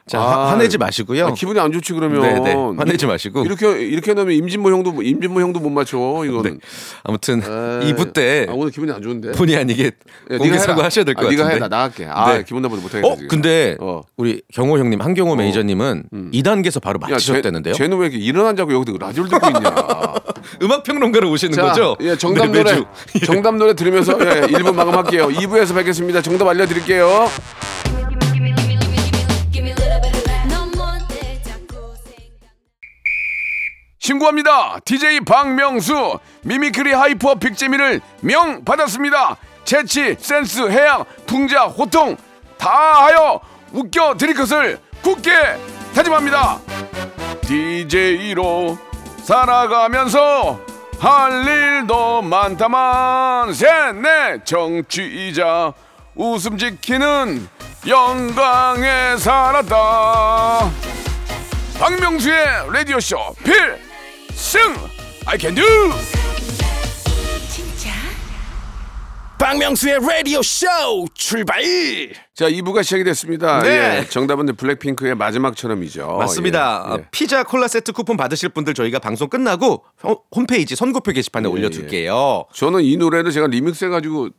[SPEAKER 6] 자,
[SPEAKER 3] 아,
[SPEAKER 6] 화- 화내지 마시고요.
[SPEAKER 3] 아, 기분이 안 좋지 그러면.
[SPEAKER 6] 네, 네. 화내지 마시고.
[SPEAKER 3] 이렇게 이렇게 놓으면 임진모 형도 임진모 형도 못 맞춰
[SPEAKER 6] 네.
[SPEAKER 3] 이거는.
[SPEAKER 6] 아무튼 네.
[SPEAKER 3] 에이,
[SPEAKER 6] 2부 네. 때
[SPEAKER 3] 아, 오늘 기분이 안 좋은데.
[SPEAKER 6] 본의 아니게
[SPEAKER 3] 예,
[SPEAKER 6] 공개
[SPEAKER 3] 네가
[SPEAKER 6] 사고
[SPEAKER 3] 해라.
[SPEAKER 6] 하셔야 될 것
[SPEAKER 3] 아,
[SPEAKER 6] 같은데.
[SPEAKER 3] 네가 해, 나 나갈게. 아, 기분 나쁘지 못하겠다,
[SPEAKER 6] 어, 음.
[SPEAKER 3] 지금.
[SPEAKER 6] 근데
[SPEAKER 3] 어.
[SPEAKER 6] 우리 경호 형님, 한경호 매니저님은 2단계에서 바로
[SPEAKER 3] 야, 쟤-
[SPEAKER 6] 맞히셨다는데요.
[SPEAKER 3] 쟤는 왜 이렇게 일어난 자고 여기 라디오를 듣고
[SPEAKER 6] [LAUGHS]
[SPEAKER 3] 있냐.
[SPEAKER 6] 음악 평론가로 오시는
[SPEAKER 3] 자,
[SPEAKER 6] 거죠?
[SPEAKER 3] 예, 정답
[SPEAKER 6] 네,
[SPEAKER 3] 노래.
[SPEAKER 6] 매주. 예.
[SPEAKER 3] 정답 노래 들으면서 예, 1부 마감할게요. 2부에서 뵙겠습니다. 정답 알려 드릴게요. 신고합니다. DJ 박명수 미미크리 하이퍼 빅재미를 명 받았습니다. 재치, 센스, 해양, 풍자, 호통 다하여 웃겨 드릴 것을 굳게 다짐합니다. DJ로 살아가면서 할 일도 많다만 셋내 정취이자 웃음 지키는 영광에 살았다. 박명수의 라디오 쇼 필승 I can do.
[SPEAKER 1] 박명수의 라디오 쇼 출발
[SPEAKER 3] 자, 2부가 시작이 됐습니다.
[SPEAKER 6] 네.
[SPEAKER 3] 예, 정답은 블랙핑크의 마지막처럼이죠.
[SPEAKER 6] 맞습니다. 아.
[SPEAKER 3] 예, 예.
[SPEAKER 6] 피자 콜라 세트 쿠폰 받으실 분들 저희가 방송 끝나고 어, 홈- 홈페이지 선고표
[SPEAKER 3] 예,
[SPEAKER 6] 게시판에 올려둘게요.
[SPEAKER 3] 저는 이 노래를 제가 리믹스 해가지고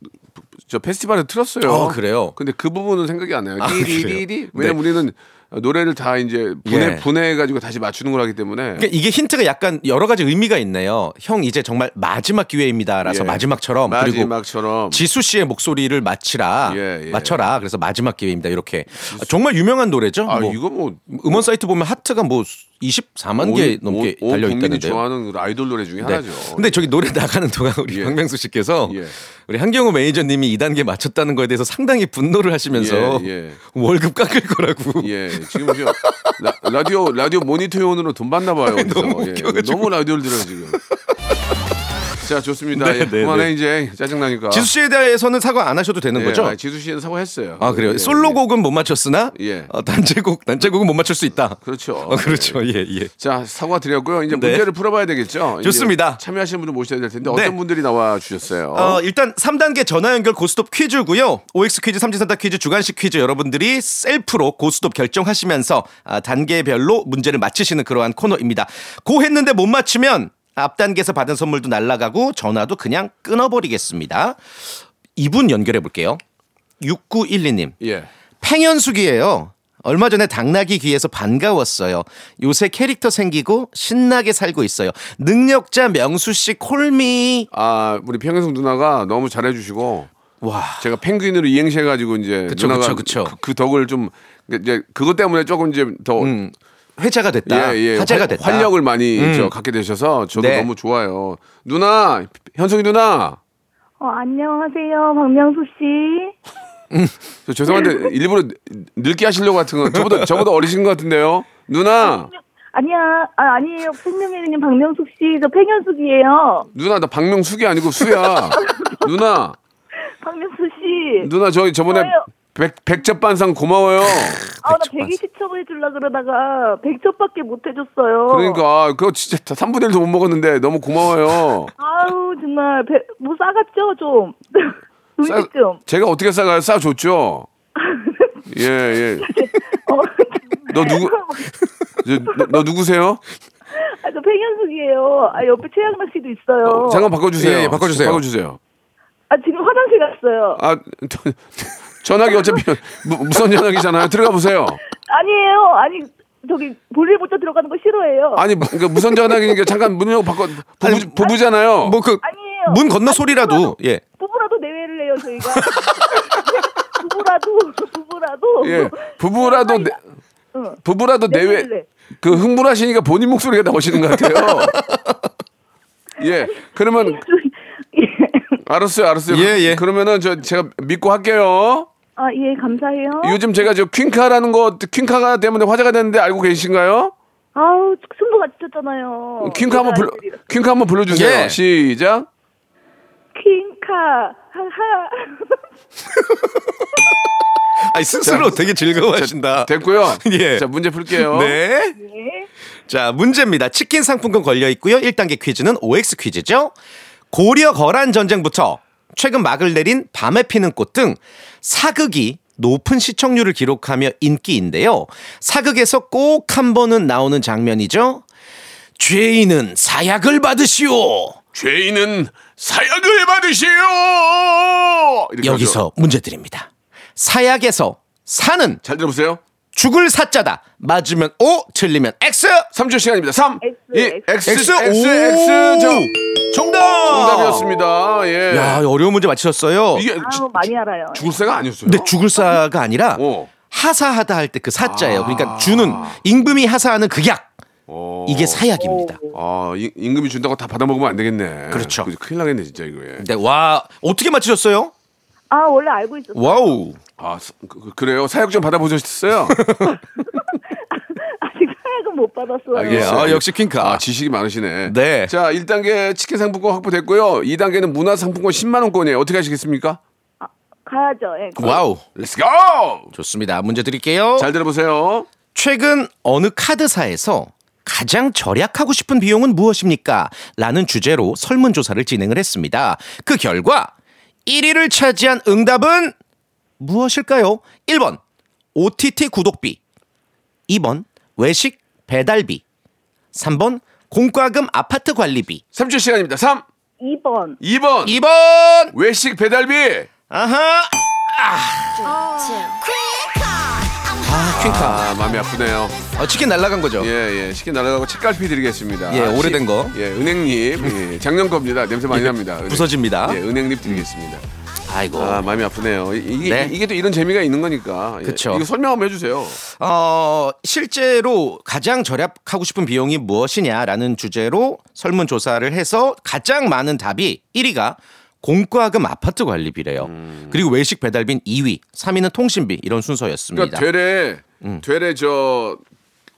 [SPEAKER 3] 저 페스티벌에 틀었어요.
[SPEAKER 6] 어, 그래요?
[SPEAKER 3] 근데 그 부분은 생각이 안 나요.
[SPEAKER 6] 아,
[SPEAKER 3] 띠리리리.
[SPEAKER 6] 그래요? 네.
[SPEAKER 3] 왜냐면 우리는 노래를 다 이제 분해
[SPEAKER 6] 예.
[SPEAKER 3] 분해해가지고 다시 맞추는 걸 하기 때문에
[SPEAKER 6] 그러니까 이게 힌트가 약간 여러 가지 의미가 있네요. 형 이제 정말 마지막 기회입니다라서
[SPEAKER 3] 예.
[SPEAKER 6] 마지막처럼
[SPEAKER 3] 마지막처럼
[SPEAKER 6] 그리고 지수 씨의 목소리를 맞히라
[SPEAKER 3] 예, 예.
[SPEAKER 6] 맞춰라 그래서 마지막 기회입니다 이렇게 아, 정말 유명한 노래죠.
[SPEAKER 3] 아
[SPEAKER 6] 뭐
[SPEAKER 3] 이거 뭐
[SPEAKER 6] 음원 사이트 보면 하트가 뭐 24만 개
[SPEAKER 3] 온-
[SPEAKER 6] 넘게
[SPEAKER 3] 온- 온
[SPEAKER 6] 달려
[SPEAKER 3] 국민이
[SPEAKER 6] 있다는데요.
[SPEAKER 3] 좋아하는 아이돌 노래 중에
[SPEAKER 6] 네.
[SPEAKER 3] 하나죠.
[SPEAKER 6] 근데 저기 노래 나가는 동안 우리
[SPEAKER 3] 예.
[SPEAKER 6] 박명수 씨께서
[SPEAKER 3] 예.
[SPEAKER 6] 우리 한경호 매니저님이 2단계 맞췄다는 거에 대해서 상당히 분노를 하시면서
[SPEAKER 3] 예, 예.
[SPEAKER 6] 월급 깎을 거라고
[SPEAKER 3] 예, 지금 저 라, 라디오 라디오 모니터용으로 돈 받나 봐요. 여기서.
[SPEAKER 6] 네, 너무
[SPEAKER 3] 예,
[SPEAKER 6] 웃겨가지고.
[SPEAKER 3] 너무 라디오를 들어요 지금. 자 좋습니다. 예,
[SPEAKER 6] 네, 네,
[SPEAKER 3] 그만해
[SPEAKER 6] 네.
[SPEAKER 3] 이제 짜증 나니까.
[SPEAKER 6] 지수 씨에 대해서는 사과 안 하셔도 되는
[SPEAKER 3] 아. 예,
[SPEAKER 6] 거죠?
[SPEAKER 3] 아, 지수 씨는 사과했어요.
[SPEAKER 6] 아 그래요.
[SPEAKER 3] 예,
[SPEAKER 6] 솔로곡은 못 맞췄으나
[SPEAKER 3] 예.
[SPEAKER 6] 어, 단체곡 단체곡은 못 맞출 수 있다.
[SPEAKER 3] 그렇죠.
[SPEAKER 6] 어, 그렇죠. 예 예.
[SPEAKER 3] 자 사과 드렸고요. 이제
[SPEAKER 6] 네.
[SPEAKER 3] 문제를 풀어봐야 되겠죠. 이제
[SPEAKER 6] 좋습니다.
[SPEAKER 3] 참여하시는 분들 모셔야 될 텐데
[SPEAKER 6] 네.
[SPEAKER 3] 어떤 분들이 나와 주셨어요?
[SPEAKER 6] 어, 일단 3단계 전화 연결 고스톱 퀴즈고요. OX 퀴즈, 삼진선다 퀴즈, 주간식 퀴즈 여러분들이 셀프로 고스톱 결정하시면서 아, 단계별로 문제를 맞히시는 그러한 코너입니다. 고 했는데 못 맞추면 앞 단계에서 받은 선물도 날라가고 전화도 그냥 끊어버리겠습니다. 이분 연결해 볼게요. 6912님.
[SPEAKER 3] 예.
[SPEAKER 6] 팽현숙이에요. 얼마 전에 당나귀 귀에서 반가웠어요. 요새 캐릭터 생기고 신나게 살고 있어요. 능력자 명수 씨 콜미.
[SPEAKER 3] 아 우리 평현성 누나가 너무 잘해주시고
[SPEAKER 6] 와.
[SPEAKER 3] 제가 펭귄으로 이행시 해가지고 이제
[SPEAKER 6] 그쵸,
[SPEAKER 3] 누나가
[SPEAKER 6] 그쵸, 그쵸.
[SPEAKER 3] 그, 그 덕을 좀 이제 그것 때문에 조금 이제 더
[SPEAKER 6] 음. 회자가 됐다.
[SPEAKER 3] 예, 예.
[SPEAKER 6] 화제가
[SPEAKER 3] 활-
[SPEAKER 6] 됐다. 음.
[SPEAKER 3] 활력을 많이 저, 갖게 되셔서 저도
[SPEAKER 6] 네.
[SPEAKER 3] 너무 좋아요. 누나, 현성이 누나.
[SPEAKER 7] 어, 안녕하세요, 박명수 씨.
[SPEAKER 3] 저 죄송한데 일부러 늙게 하시려고 같은 거 저보다 저보다 어리신 것 같은데요. 누나,
[SPEAKER 7] 아니야, 아, 아니에요. 생명이님 박명수 씨, 저 팽현숙이에요.
[SPEAKER 3] 누나 나 박명숙이 아니고 수야. 누나,
[SPEAKER 7] 박명수 씨.
[SPEAKER 3] 누나 저희 저번에
[SPEAKER 7] 저예요.
[SPEAKER 3] 백 백접반상 고마워요.
[SPEAKER 7] 아, 나 120첩 해주려 그러다가 100첩밖에 못 해줬어요.
[SPEAKER 3] 그러니까 그거 진짜 다 3분의 1도 못 먹었는데 너무 고마워요.
[SPEAKER 7] 아우, 정말, 배, 뭐 싸갔죠, 좀. [LAUGHS]
[SPEAKER 3] 싸-
[SPEAKER 7] 음식 좀.
[SPEAKER 3] 제가 어떻게 싸가요? 싸
[SPEAKER 7] [LAUGHS]
[SPEAKER 3] 줬죠. 예 예.
[SPEAKER 7] 어,
[SPEAKER 3] 너 누구? 저- 너, 너 누구세요?
[SPEAKER 7] 아, [LAUGHS] 저 팽현숙이에요. 아, 옆에 최양락 씨도 있어요.
[SPEAKER 3] 잠깐 바꿔주세요.
[SPEAKER 6] 예, 예, 바꿔주세요.
[SPEAKER 3] 바꿔주세요.
[SPEAKER 7] 아, 지금 화장실 갔어요.
[SPEAKER 3] 아 저- 전화기 어차피 무, 무선 전화기잖아요. 들어가 보세요.
[SPEAKER 7] 아니에요. 아니, 저기, 볼일 보자 들어가는 거 싫어해요.
[SPEAKER 3] 아니 무- 그러니까 무선 전화기니까 잠깐 문을 바꿔 부부, 부부잖아요.
[SPEAKER 6] 뭐 그
[SPEAKER 7] 아니에요.
[SPEAKER 6] 문 건너 소리라도 예.
[SPEAKER 7] 부부라도 내외를 해요
[SPEAKER 3] [LAUGHS]
[SPEAKER 7] 저희가 부부라도 부부라도
[SPEAKER 6] 뭐,
[SPEAKER 3] 예 부부라도 내,
[SPEAKER 7] 응.
[SPEAKER 3] 부부라도 내외
[SPEAKER 7] 내외를 해.
[SPEAKER 3] 그 흥분하시니까 본인 목소리가 나오시는 것
[SPEAKER 6] [LAUGHS]
[SPEAKER 3] 같아요. 예 그러면
[SPEAKER 7] 예.
[SPEAKER 3] 알았어요 알았어요.
[SPEAKER 6] 예, 예.
[SPEAKER 3] 그러면은 저 제가 믿고 할게요.
[SPEAKER 7] 아 예 감사해요
[SPEAKER 3] 요즘 제가 저 퀸카라는 거 퀸카가 때문에 화제가 됐는데 알고 계신가요?
[SPEAKER 7] 아우 숨도 같이 쳤잖아요
[SPEAKER 3] 퀸카 한번 불러
[SPEAKER 7] 여자아이들이랑.
[SPEAKER 3] 퀸카 한번 불러주세요.
[SPEAKER 6] 어, 예.
[SPEAKER 3] 시작.
[SPEAKER 7] 퀸카 하하
[SPEAKER 6] 아니 스스로 되게 즐거워하신다.
[SPEAKER 3] 됐고요.
[SPEAKER 6] [LAUGHS] 예.
[SPEAKER 3] 자 문제 풀게요.
[SPEAKER 6] 네.
[SPEAKER 7] 예.
[SPEAKER 6] 자, 문제입니다. 치킨 상품권 걸려 있고요. 1단계 퀴즈는 OX 퀴즈죠. 고려 거란 전쟁부터 최근 막을 내린 밤에 피는 꽃 등 사극이 높은 시청률을 기록하며 인기인데요. 사극에서 꼭 한 번은 나오는 장면이죠. 죄인은 사약을 받으시오.
[SPEAKER 3] 죄인은 사약을 받으시오. 이렇게 하죠.
[SPEAKER 6] 여기서 문제 드립니다. 사약에서 사는
[SPEAKER 3] 잘 들어보세요.
[SPEAKER 6] 죽을 사자다. 맞으면 O, 틀리면 X.
[SPEAKER 3] 3초 시간입니다. 3,
[SPEAKER 7] X,
[SPEAKER 3] 2, X,
[SPEAKER 7] X.
[SPEAKER 3] X,
[SPEAKER 6] 오!
[SPEAKER 3] X, X, 정,
[SPEAKER 6] 정답.
[SPEAKER 3] 정답이었습니다. 예.
[SPEAKER 6] 야, 어려운 문제 맞히셨어요.
[SPEAKER 3] 이게
[SPEAKER 7] 아,
[SPEAKER 3] 주-
[SPEAKER 7] 많이 알아요.
[SPEAKER 3] 죽을 새가 아니었어요.
[SPEAKER 6] 근데 죽을 사가 아니라
[SPEAKER 3] 어.
[SPEAKER 6] 하사하다 할 때 그 사자예요.
[SPEAKER 3] 아.
[SPEAKER 6] 그러니까 주는 임금이 하사하는 그 약.
[SPEAKER 3] 어.
[SPEAKER 6] 이게 사약입니다.
[SPEAKER 3] 아, 임- 임금이 준다고 다 받아먹으면 안 되겠네.
[SPEAKER 6] 그렇죠.
[SPEAKER 3] 그지, 큰일 나겠네, 진짜 이거. 예.
[SPEAKER 6] 근데 와, 어떻게 맞히셨어요?
[SPEAKER 7] 아, 원래 알고 있었어요.
[SPEAKER 6] 와우.
[SPEAKER 3] 아, 사- 그, 래요 사약 좀 받아보셨어요?
[SPEAKER 7] 아직 사약은 못 받았어요.
[SPEAKER 3] 알겠어요.
[SPEAKER 6] [LAUGHS] 아, 역시 퀸카.
[SPEAKER 3] 아, 지식이 많으시네.
[SPEAKER 6] 네.
[SPEAKER 3] 자, 1단계 치킨 상품권 확보됐고요. 2단계는 문화 상품권 10만 원권이에요. 어떻게 하시겠습니까?
[SPEAKER 7] 가야죠. 예.
[SPEAKER 6] 와우.
[SPEAKER 3] 렛츠 고!
[SPEAKER 6] 좋습니다. 문제 드릴게요.
[SPEAKER 3] 잘 들어보세요.
[SPEAKER 6] 최근 어느 카드사에서 가장 절약하고 싶은 비용은 무엇입니까? 라는 주제로 설문조사를 진행을 했습니다. 그 결과 1위를 차지한 응답은 무엇일까요? 1번 OTT 구독비 2번 외식 배달비 3번 공과금 아파트 관리비
[SPEAKER 3] 3초 시간입니다. 3,
[SPEAKER 7] 2번.
[SPEAKER 3] 2번.
[SPEAKER 6] 2번
[SPEAKER 3] 외식 배달비.
[SPEAKER 6] 아하
[SPEAKER 3] 아, 마음이 아프네요.
[SPEAKER 6] 어, 치킨 날라간 거죠?
[SPEAKER 3] 예, 예. 치킨 날아가고 책갈피 드리겠습니다.
[SPEAKER 6] 예,
[SPEAKER 3] 아,
[SPEAKER 6] 오래된
[SPEAKER 3] 치-
[SPEAKER 6] 거.
[SPEAKER 3] 예, 은행잎. 예, 작년 겁니다. 냄새 많이 납니다. 은행-
[SPEAKER 6] 부서집니다.
[SPEAKER 3] 예, 은행잎 드리겠습니다.
[SPEAKER 6] 아이고
[SPEAKER 3] 아, 마음이 아프네요. 이- 이게,
[SPEAKER 6] 네.
[SPEAKER 3] 이게 또 이런 재미가 있는 거니까. 예,
[SPEAKER 6] 그쵸.
[SPEAKER 3] 이거 설명 한번 해주세요.
[SPEAKER 6] 어, 실제로 가장 절약하고 싶은 비용이 무엇이냐라는 주제로 설문조사를 해서 가장 많은 답이 1위가 공과금 아파트 관리비래요.
[SPEAKER 3] 음.
[SPEAKER 6] 그리고 외식 배달비는 2위, 3위는 통신비 이런 순서였습니다. 음.
[SPEAKER 3] 그러니까 되레, 되레 저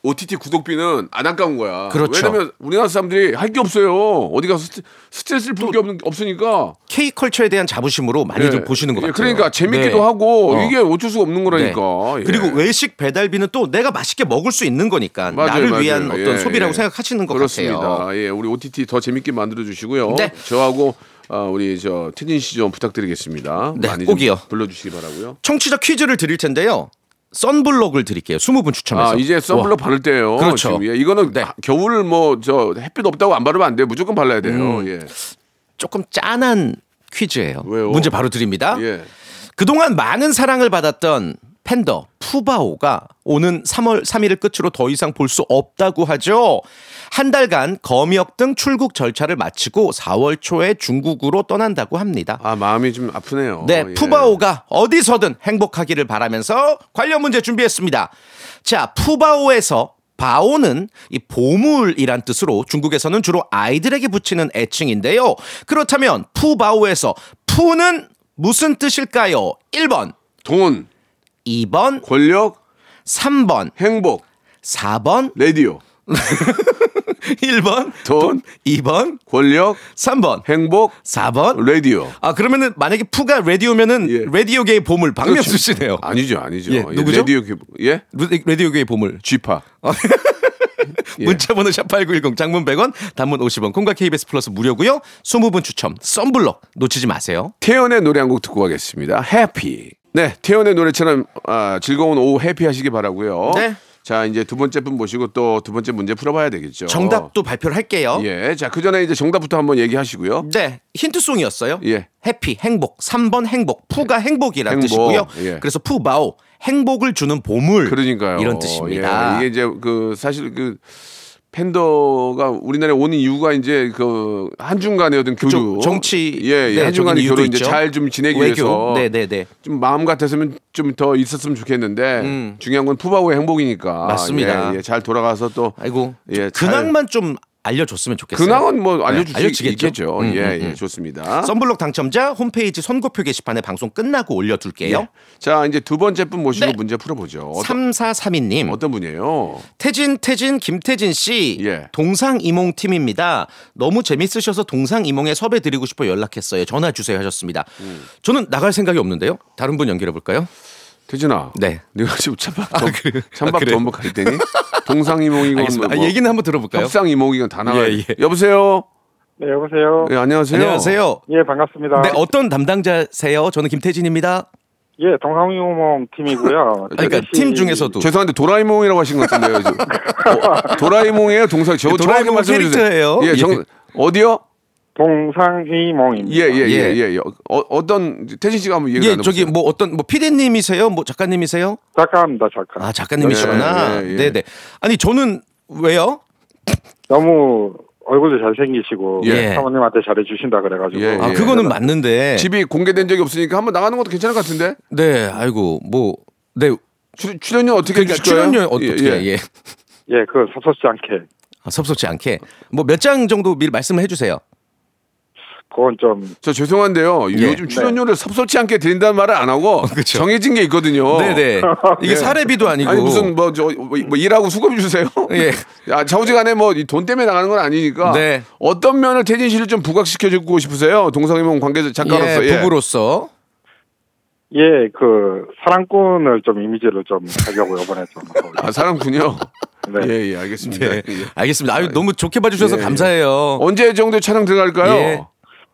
[SPEAKER 3] OTT 구독비는 안 아까운 거야.
[SPEAKER 6] 그렇죠.
[SPEAKER 3] 왜냐면 우리나라 사람들이 할 게 없어요. 어디 가서 스트- 스트레스를 풀 게 없으니까.
[SPEAKER 6] K 컬처에 대한 자부심으로 많이들
[SPEAKER 3] 예,
[SPEAKER 6] 보시는 것
[SPEAKER 3] 예,
[SPEAKER 6] 같아요.
[SPEAKER 3] 그러니까 재밌기도
[SPEAKER 6] 네.
[SPEAKER 3] 하고
[SPEAKER 6] 어.
[SPEAKER 3] 이게 어쩔 수가 없는
[SPEAKER 6] 네.
[SPEAKER 3] 거라니까. 예.
[SPEAKER 6] 그리고 외식 배달비는 또 내가 맛있게 먹을 수 있는 거니까
[SPEAKER 3] 맞아요,
[SPEAKER 6] 나를
[SPEAKER 3] 맞아요.
[SPEAKER 6] 위한 어떤
[SPEAKER 3] 예,
[SPEAKER 6] 소비라고
[SPEAKER 3] 예.
[SPEAKER 6] 생각하시는 것
[SPEAKER 3] 그렇습니다.
[SPEAKER 6] 같아요.
[SPEAKER 3] 예, 우리 OTT 더 재밌게 만들어 주시고요.
[SPEAKER 6] 네.
[SPEAKER 3] 저하고 아, 우리 저 태진 씨 좀 부탁드리겠습니다.
[SPEAKER 6] 네,
[SPEAKER 3] 많이 좀
[SPEAKER 6] 꼭이요.
[SPEAKER 3] 불러주시기 바라고요.
[SPEAKER 6] 청취자 퀴즈를 드릴 텐데요. 선블럭을 드릴게요. 20분 추첨해서.
[SPEAKER 3] 아 이제
[SPEAKER 6] 와.
[SPEAKER 3] 선블럭 바를 때예요.
[SPEAKER 6] 그렇죠.
[SPEAKER 3] 지금. 예, 이거는
[SPEAKER 6] 네.
[SPEAKER 3] 아, 겨울 뭐 저 햇빛 없다고 안 바르면 안 돼요. 무조건 발라야 돼요.
[SPEAKER 6] 음.
[SPEAKER 3] 예.
[SPEAKER 6] 조금 짠한 퀴즈예요.
[SPEAKER 3] 왜요?
[SPEAKER 6] 문제 바로 드립니다.
[SPEAKER 3] 예.
[SPEAKER 6] 그동안 많은 사랑을 받았던 팬더 푸바오가 오는 3월 3일을 끝으로 더 이상 볼 수 없다고 하죠. 한 달간 검역 등 출국 절차를 마치고 4월 초에 중국으로 떠난다고 합니다.
[SPEAKER 3] 아 마음이 좀 아프네요.
[SPEAKER 6] 네,
[SPEAKER 3] 예.
[SPEAKER 6] 푸바오가 어디서든 행복하기를 바라면서 관련 문제 준비했습니다. 자, 푸바오에서 바오는 이 보물이란 뜻으로 중국에서는 주로 아이들에게 붙이는 애칭인데요. 그렇다면 푸바오에서 푸는 무슨 뜻일까요? 1번,
[SPEAKER 3] 돈,
[SPEAKER 6] 2번,
[SPEAKER 3] 권력,
[SPEAKER 6] 3번,
[SPEAKER 3] 행복, [LAUGHS]
[SPEAKER 6] 4번,
[SPEAKER 3] 레디오.
[SPEAKER 6] 1번,
[SPEAKER 3] 돈,
[SPEAKER 6] 2번,
[SPEAKER 3] 권력,
[SPEAKER 6] 3번,
[SPEAKER 3] 행복,
[SPEAKER 6] 4번.
[SPEAKER 3] 레디오.
[SPEAKER 6] 아, 그러면은 만약에 푸가 라디오면은
[SPEAKER 3] 예.
[SPEAKER 6] 라디오계의 보물 박명수
[SPEAKER 3] 그렇죠.
[SPEAKER 6] 씨네요.
[SPEAKER 3] 아니죠, 아니죠.
[SPEAKER 6] 예, 누구죠?
[SPEAKER 3] 레디오 기- 예?
[SPEAKER 6] 라- 라디오계의 보물.
[SPEAKER 3] 쥐파.
[SPEAKER 6] [LAUGHS] 문자번호 샵8910 장문 100원 단문 50원 콩과 KBS 플러스 무료고요 20분 추첨 썬블럭 놓치지 마세요
[SPEAKER 3] 태연의 노래 한 곡 듣고 가겠습니다. 해피. 네, 태연의 노래처럼 아, 즐거운 오후 해피하시기 바라고요.
[SPEAKER 6] 네.
[SPEAKER 3] 자, 이제 두 번째 분 모시고 또 두 번째 문제 풀어봐야 되겠죠.
[SPEAKER 6] 정답도 발표를 할게요
[SPEAKER 3] 예, 자, 그 전에 이제 정답부터 한번 얘기하시고요.
[SPEAKER 6] 네 힌트송이었어요
[SPEAKER 3] 예.
[SPEAKER 6] 해피 행복 3번 행복 푸가 행복이라는
[SPEAKER 3] 행복,
[SPEAKER 6] 뜻이고요
[SPEAKER 3] 예.
[SPEAKER 6] 그래서 푸바오 행복을 주는 보물
[SPEAKER 3] 그러니까요.
[SPEAKER 6] 이런 뜻입니다
[SPEAKER 3] 예, 이게 이제 그 사실 그 팬더가 우리나라에 오는 이유가 이제 그 한중간의 어떤 교류,
[SPEAKER 6] 좀그 정치
[SPEAKER 3] 예, 예
[SPEAKER 6] 네,
[SPEAKER 3] 한중간의
[SPEAKER 6] 이유도
[SPEAKER 3] 교류 이제
[SPEAKER 6] 있죠.
[SPEAKER 3] 잘 좀 지내기
[SPEAKER 6] 외교
[SPEAKER 3] 위해서
[SPEAKER 6] 네네네
[SPEAKER 3] 좀 마음 같았으면 좀 더 있었으면 좋겠는데
[SPEAKER 6] 음.
[SPEAKER 3] 중요한 건 푸바오의 행복이니까
[SPEAKER 6] 맞습니다.
[SPEAKER 3] 예, 예, 잘 돌아가서 또
[SPEAKER 6] 아이고
[SPEAKER 3] 예, 잘-
[SPEAKER 6] 근황만 좀 알려줬으면 좋겠어요
[SPEAKER 3] 근황은 뭐 알려줄
[SPEAKER 6] 네,
[SPEAKER 3] 수
[SPEAKER 6] 알려지겠죠?
[SPEAKER 3] 있겠죠.
[SPEAKER 6] 음,
[SPEAKER 3] 예,
[SPEAKER 6] 음,
[SPEAKER 3] 예,
[SPEAKER 6] 음.
[SPEAKER 3] 좋습니다.
[SPEAKER 6] 썬블럭 당첨자 홈페이지 선고표 게시판에 방송 끝나고 올려둘게요
[SPEAKER 3] 예. 자 이제 두 번째 분 모시고
[SPEAKER 6] 네.
[SPEAKER 3] 문제 풀어보죠. 어떤,
[SPEAKER 6] 3432님
[SPEAKER 3] 어떤 분이에요?
[SPEAKER 6] 태진 태진 김태진 씨
[SPEAKER 3] 예.
[SPEAKER 6] 동상이몽 팀입니다. 너무 재밌으셔서 동상이몽에 섭외 드리고 싶어 연락했어요. 전화 주세요 하셨습니다. 저는 나갈 생각이 없는데요. 다른 분 연결해 볼까요?
[SPEAKER 3] 태진아,
[SPEAKER 6] 네.
[SPEAKER 3] 네가 지금 찬밥 아,
[SPEAKER 6] 그래요?
[SPEAKER 3] 찬밥
[SPEAKER 6] 아, 그래요?
[SPEAKER 3] 전복할 때니 동상이몽이건
[SPEAKER 6] 알겠습니다.
[SPEAKER 3] 뭐,
[SPEAKER 6] 아, 얘기는 한번 들어볼까요?
[SPEAKER 3] 협상이몽이건 다 나와요.
[SPEAKER 6] 예, 예.
[SPEAKER 3] 여보세요.
[SPEAKER 8] 네, 여보세요.
[SPEAKER 3] 예, 안녕하세요.
[SPEAKER 6] 안녕하세요.
[SPEAKER 8] 예, 반갑습니다.
[SPEAKER 6] 네, 어떤 담당자세요? 저는 김태진입니다.
[SPEAKER 8] 예, 동상유몽
[SPEAKER 6] [LAUGHS]
[SPEAKER 8] 팀이고요.
[SPEAKER 6] 그러니까 팀
[SPEAKER 8] 저희 시-
[SPEAKER 6] 죄송합니다. 중에서도
[SPEAKER 3] 죄송한데 도라이몽이라고 하신 것 같은데요. 지금. 어, 도라이몽이에요, 동상. 저 정확히
[SPEAKER 6] 도라에몽
[SPEAKER 3] 말씀해 주세요.
[SPEAKER 6] 캐릭터예요. 그-
[SPEAKER 3] 예, 정, 어디요? 예,
[SPEAKER 8] 동상희몽입니다.
[SPEAKER 3] 예, 예,
[SPEAKER 6] 예.
[SPEAKER 3] 예. 예. 어, 어떤 태진 씨가 한번 얘기
[SPEAKER 6] 예,
[SPEAKER 3] 나눠
[SPEAKER 6] 저기 뭐 어떤 뭐 피디님이세요? 뭐 작가님이세요?
[SPEAKER 8] 작가입니다, 작가.
[SPEAKER 6] 아,
[SPEAKER 3] 예,
[SPEAKER 6] 작가님이시구나.
[SPEAKER 3] 예, 예.
[SPEAKER 6] 네, 네. 아니, 저는 왜요?
[SPEAKER 8] 너무 얼굴도 잘생기시고
[SPEAKER 6] 예.
[SPEAKER 8] 사모님한테 잘해주신다 그래가지고.
[SPEAKER 3] 예,
[SPEAKER 6] 아,
[SPEAKER 3] 예.
[SPEAKER 6] 그거는 맞는데.
[SPEAKER 3] 집이 공개된 적이 없으니까 한번 나가는 것도 괜찮을 것 같은데.
[SPEAKER 6] 네, 아이고. 뭐 네.
[SPEAKER 3] 출, 출연료 어떻게
[SPEAKER 6] 그러니까
[SPEAKER 3] 해주실 거예요?
[SPEAKER 6] 출연료 어떻게 예. 예.
[SPEAKER 8] 예, 그거 섭섭지 않게.
[SPEAKER 6] 아, 섭섭지 않게 뭐 몇 장 정도 미리 말씀을 해주세요.
[SPEAKER 8] 그건 좀
[SPEAKER 3] 저 죄송한데요.
[SPEAKER 6] 예.
[SPEAKER 3] 요즘 출연료를 섭섭치 않게 드린다는 말을 안 하고
[SPEAKER 6] [LAUGHS] 그쵸.
[SPEAKER 3] 정해진 게 있거든요. [LAUGHS]
[SPEAKER 6] 네네 이게
[SPEAKER 3] 예.
[SPEAKER 6] 사례비도 아니고
[SPEAKER 3] 아니 무슨 뭐 저 뭐 일하고 수급 주세요. [LAUGHS]
[SPEAKER 6] 예.
[SPEAKER 3] 아, 좌우지간에 뭐 돈 때문에 나가는 건 아니니까.
[SPEAKER 6] 네.
[SPEAKER 3] 어떤 면을 태진 씨를 좀 부각시켜 주고 싶으세요? 동성애몽 관계자 작가로서.
[SPEAKER 6] 예, 부부로서
[SPEAKER 8] 예, 그 사랑꾼을 좀 이미지를 좀 하려고 이번에
[SPEAKER 6] [LAUGHS]
[SPEAKER 8] 좀. 하고
[SPEAKER 3] 아, 사랑군요.
[SPEAKER 8] 네.
[SPEAKER 3] 예, 예, 알겠습니다.
[SPEAKER 6] 네.
[SPEAKER 3] 예.
[SPEAKER 6] 알겠습니다. 아유 너무 좋게 봐주셔서
[SPEAKER 3] 예, 예.
[SPEAKER 6] 감사해요.
[SPEAKER 3] 언제 정도 촬영 들어갈까요?
[SPEAKER 6] 예.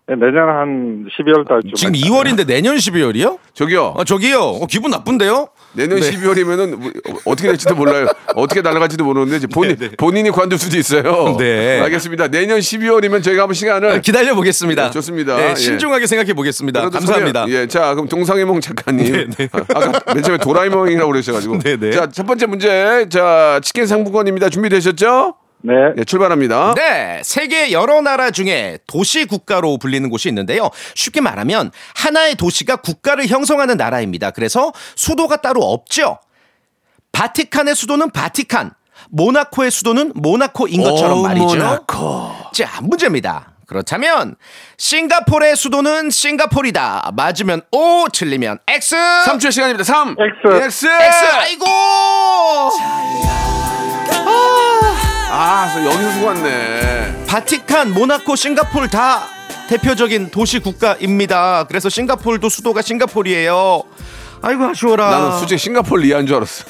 [SPEAKER 8] 예, 내년 한 12월 달쯤.
[SPEAKER 6] 지금 2월인데 내년 12월이요?
[SPEAKER 3] 저기요.
[SPEAKER 6] 아 저기요 어, 기분 나쁜데요?
[SPEAKER 3] 내년
[SPEAKER 6] 네.
[SPEAKER 3] 12월이면은 뭐, 어떻게 될지도 몰라요. 어떻게 날아갈지도 모르는데 이제
[SPEAKER 6] [LAUGHS]
[SPEAKER 3] 본인 본인이 관둘 수도 있어요.
[SPEAKER 6] 네. 아,
[SPEAKER 3] 알겠습니다. 내년 12월이면 저희가 한번 시간을
[SPEAKER 6] 기다려 보겠습니다.
[SPEAKER 3] 네, 좋습니다. 예.
[SPEAKER 6] 신중하게 생각해 보겠습니다.
[SPEAKER 3] 그래도
[SPEAKER 6] 감사합니다.
[SPEAKER 3] 소개- 예, 자 그럼 동상의몽 작가님.
[SPEAKER 6] 네, 네.
[SPEAKER 3] 아, 아까 맨 처음에 도라이몽이라고 그러셔가지고.
[SPEAKER 6] 네, 네.
[SPEAKER 3] 자첫 번째 문제, 자 치킨 상품권입니다. 준비되셨죠?
[SPEAKER 8] 네.
[SPEAKER 3] 예, 출발합니다.
[SPEAKER 6] 네, 세계 여러 나라 중에 도시 국가로 불리는 곳이 있는데요. 쉽게 말하면 하나의 도시가 국가를 형성하는 나라입니다. 그래서 수도가 따로 없죠. 바티칸의 수도는 바티칸, 모나코의 수도는 모나코인 것처럼 말이죠. 자, 문제입니다. 그렇다면 싱가포르의 수도는 싱가포르이다. 맞으면 O, 틀리면 X. 네.
[SPEAKER 3] 3초의 시간입니다. 3,
[SPEAKER 8] X.
[SPEAKER 3] X,
[SPEAKER 6] X. 아이고!
[SPEAKER 3] 아, 그래서 여기서 수고했네.
[SPEAKER 6] 바티칸, 모나코, 싱가포르 다 대표적인 도시 국가입니다. 그래서 싱가포르도 수도가 싱가포르예요. 아이고 아쉬워라.
[SPEAKER 3] 나는 솔직히 싱가폴 리아인 줄 알았어.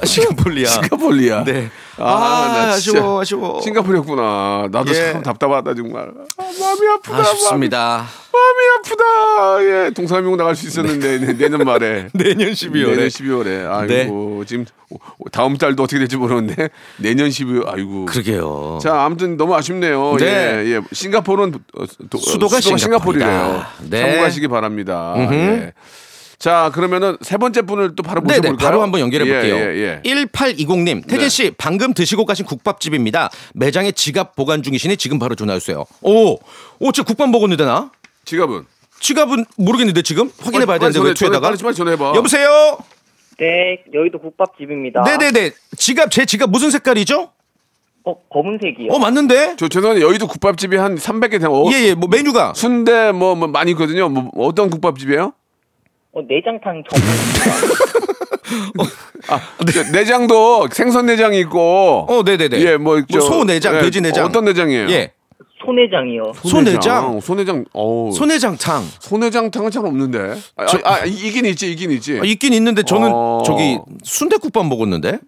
[SPEAKER 6] 아, 싱가포르야.
[SPEAKER 3] 싱가폴 리아.
[SPEAKER 6] 네.
[SPEAKER 3] 아,
[SPEAKER 6] 아,
[SPEAKER 3] 나 진짜
[SPEAKER 6] 아쉬워, 아쉬워.
[SPEAKER 3] 싱가포르였구나. 나도
[SPEAKER 6] 예.
[SPEAKER 3] 참 답답하다 정말. 아, 마음이 아프다.
[SPEAKER 6] 아쉽습니다.
[SPEAKER 3] 마음이, 마음이 아프다. 예, 동사명 나갈 수 있었는데 내- 내년 말에.
[SPEAKER 6] 내년 12월.
[SPEAKER 3] 내년
[SPEAKER 6] 에 네.
[SPEAKER 3] 12월에 아이고 지금 오- 다음 달도 어떻게 될지 모르는데 내년 12월 아이고
[SPEAKER 6] 그러게요.
[SPEAKER 3] 자 아무튼 너무 아쉽네요
[SPEAKER 6] 네.
[SPEAKER 3] 예, 예. 싱가포르는 어, 도-
[SPEAKER 6] 수도가 싱가포르다.
[SPEAKER 3] 싱가포르래요
[SPEAKER 6] 네.
[SPEAKER 3] 참고하시기 바랍니다 예. 자 그러면은 세 번째 분을 또 바로 모셔볼까요
[SPEAKER 6] 네네 바로 한번 연결해 볼게요.
[SPEAKER 3] 예, 네. 예, 예.
[SPEAKER 6] 1820님 태진 씨 방금 드시고 가신 국밥집입니다. 매장에 지갑 보관 중이시니 지금 바로 전화 주세요. 오, 오저 국밥 먹었는데 나
[SPEAKER 3] 지갑은
[SPEAKER 6] 지갑은 모르겠는데 지금 확인해 봐야
[SPEAKER 3] 빨리
[SPEAKER 6] 되는데
[SPEAKER 3] 전화해,
[SPEAKER 6] 왜 뒤에다가
[SPEAKER 3] 빨리 전화해, 전화해봐.
[SPEAKER 6] 여보세요.
[SPEAKER 9] 네, 여의도 국밥집입니다.
[SPEAKER 6] 네네네 지갑 제 지갑 무슨 색깔이죠?
[SPEAKER 9] 어, 검은색이요.
[SPEAKER 6] 어 맞는데
[SPEAKER 3] 저 죄송한데 여의도 국밥집이 한 300개 되면 어,
[SPEAKER 6] 예예 뭐 메뉴가
[SPEAKER 3] 순대 뭐, 뭐 많이 있거든요 뭐, 어떤 국밥집이에요?
[SPEAKER 9] 어, 내장탕 전문.
[SPEAKER 3] 아, 내장도 생선 내장이 있고
[SPEAKER 6] 네. 어 네네네
[SPEAKER 3] 예, 뭐, 저-
[SPEAKER 6] 소 내장
[SPEAKER 3] 예,
[SPEAKER 6] 돼지 내장
[SPEAKER 3] 어떤 내장이에요?
[SPEAKER 6] 예
[SPEAKER 9] 소내장이요.
[SPEAKER 6] 소내장
[SPEAKER 3] 소내장 어우
[SPEAKER 6] 소내장탕
[SPEAKER 3] 소내장탕은 잘 없는데. 아, 아, 아, 이긴 있지, 이긴 있지.
[SPEAKER 6] 아, 있긴 있는데 저는
[SPEAKER 3] 예. 어.
[SPEAKER 6] 저기 순대국밥 먹었는데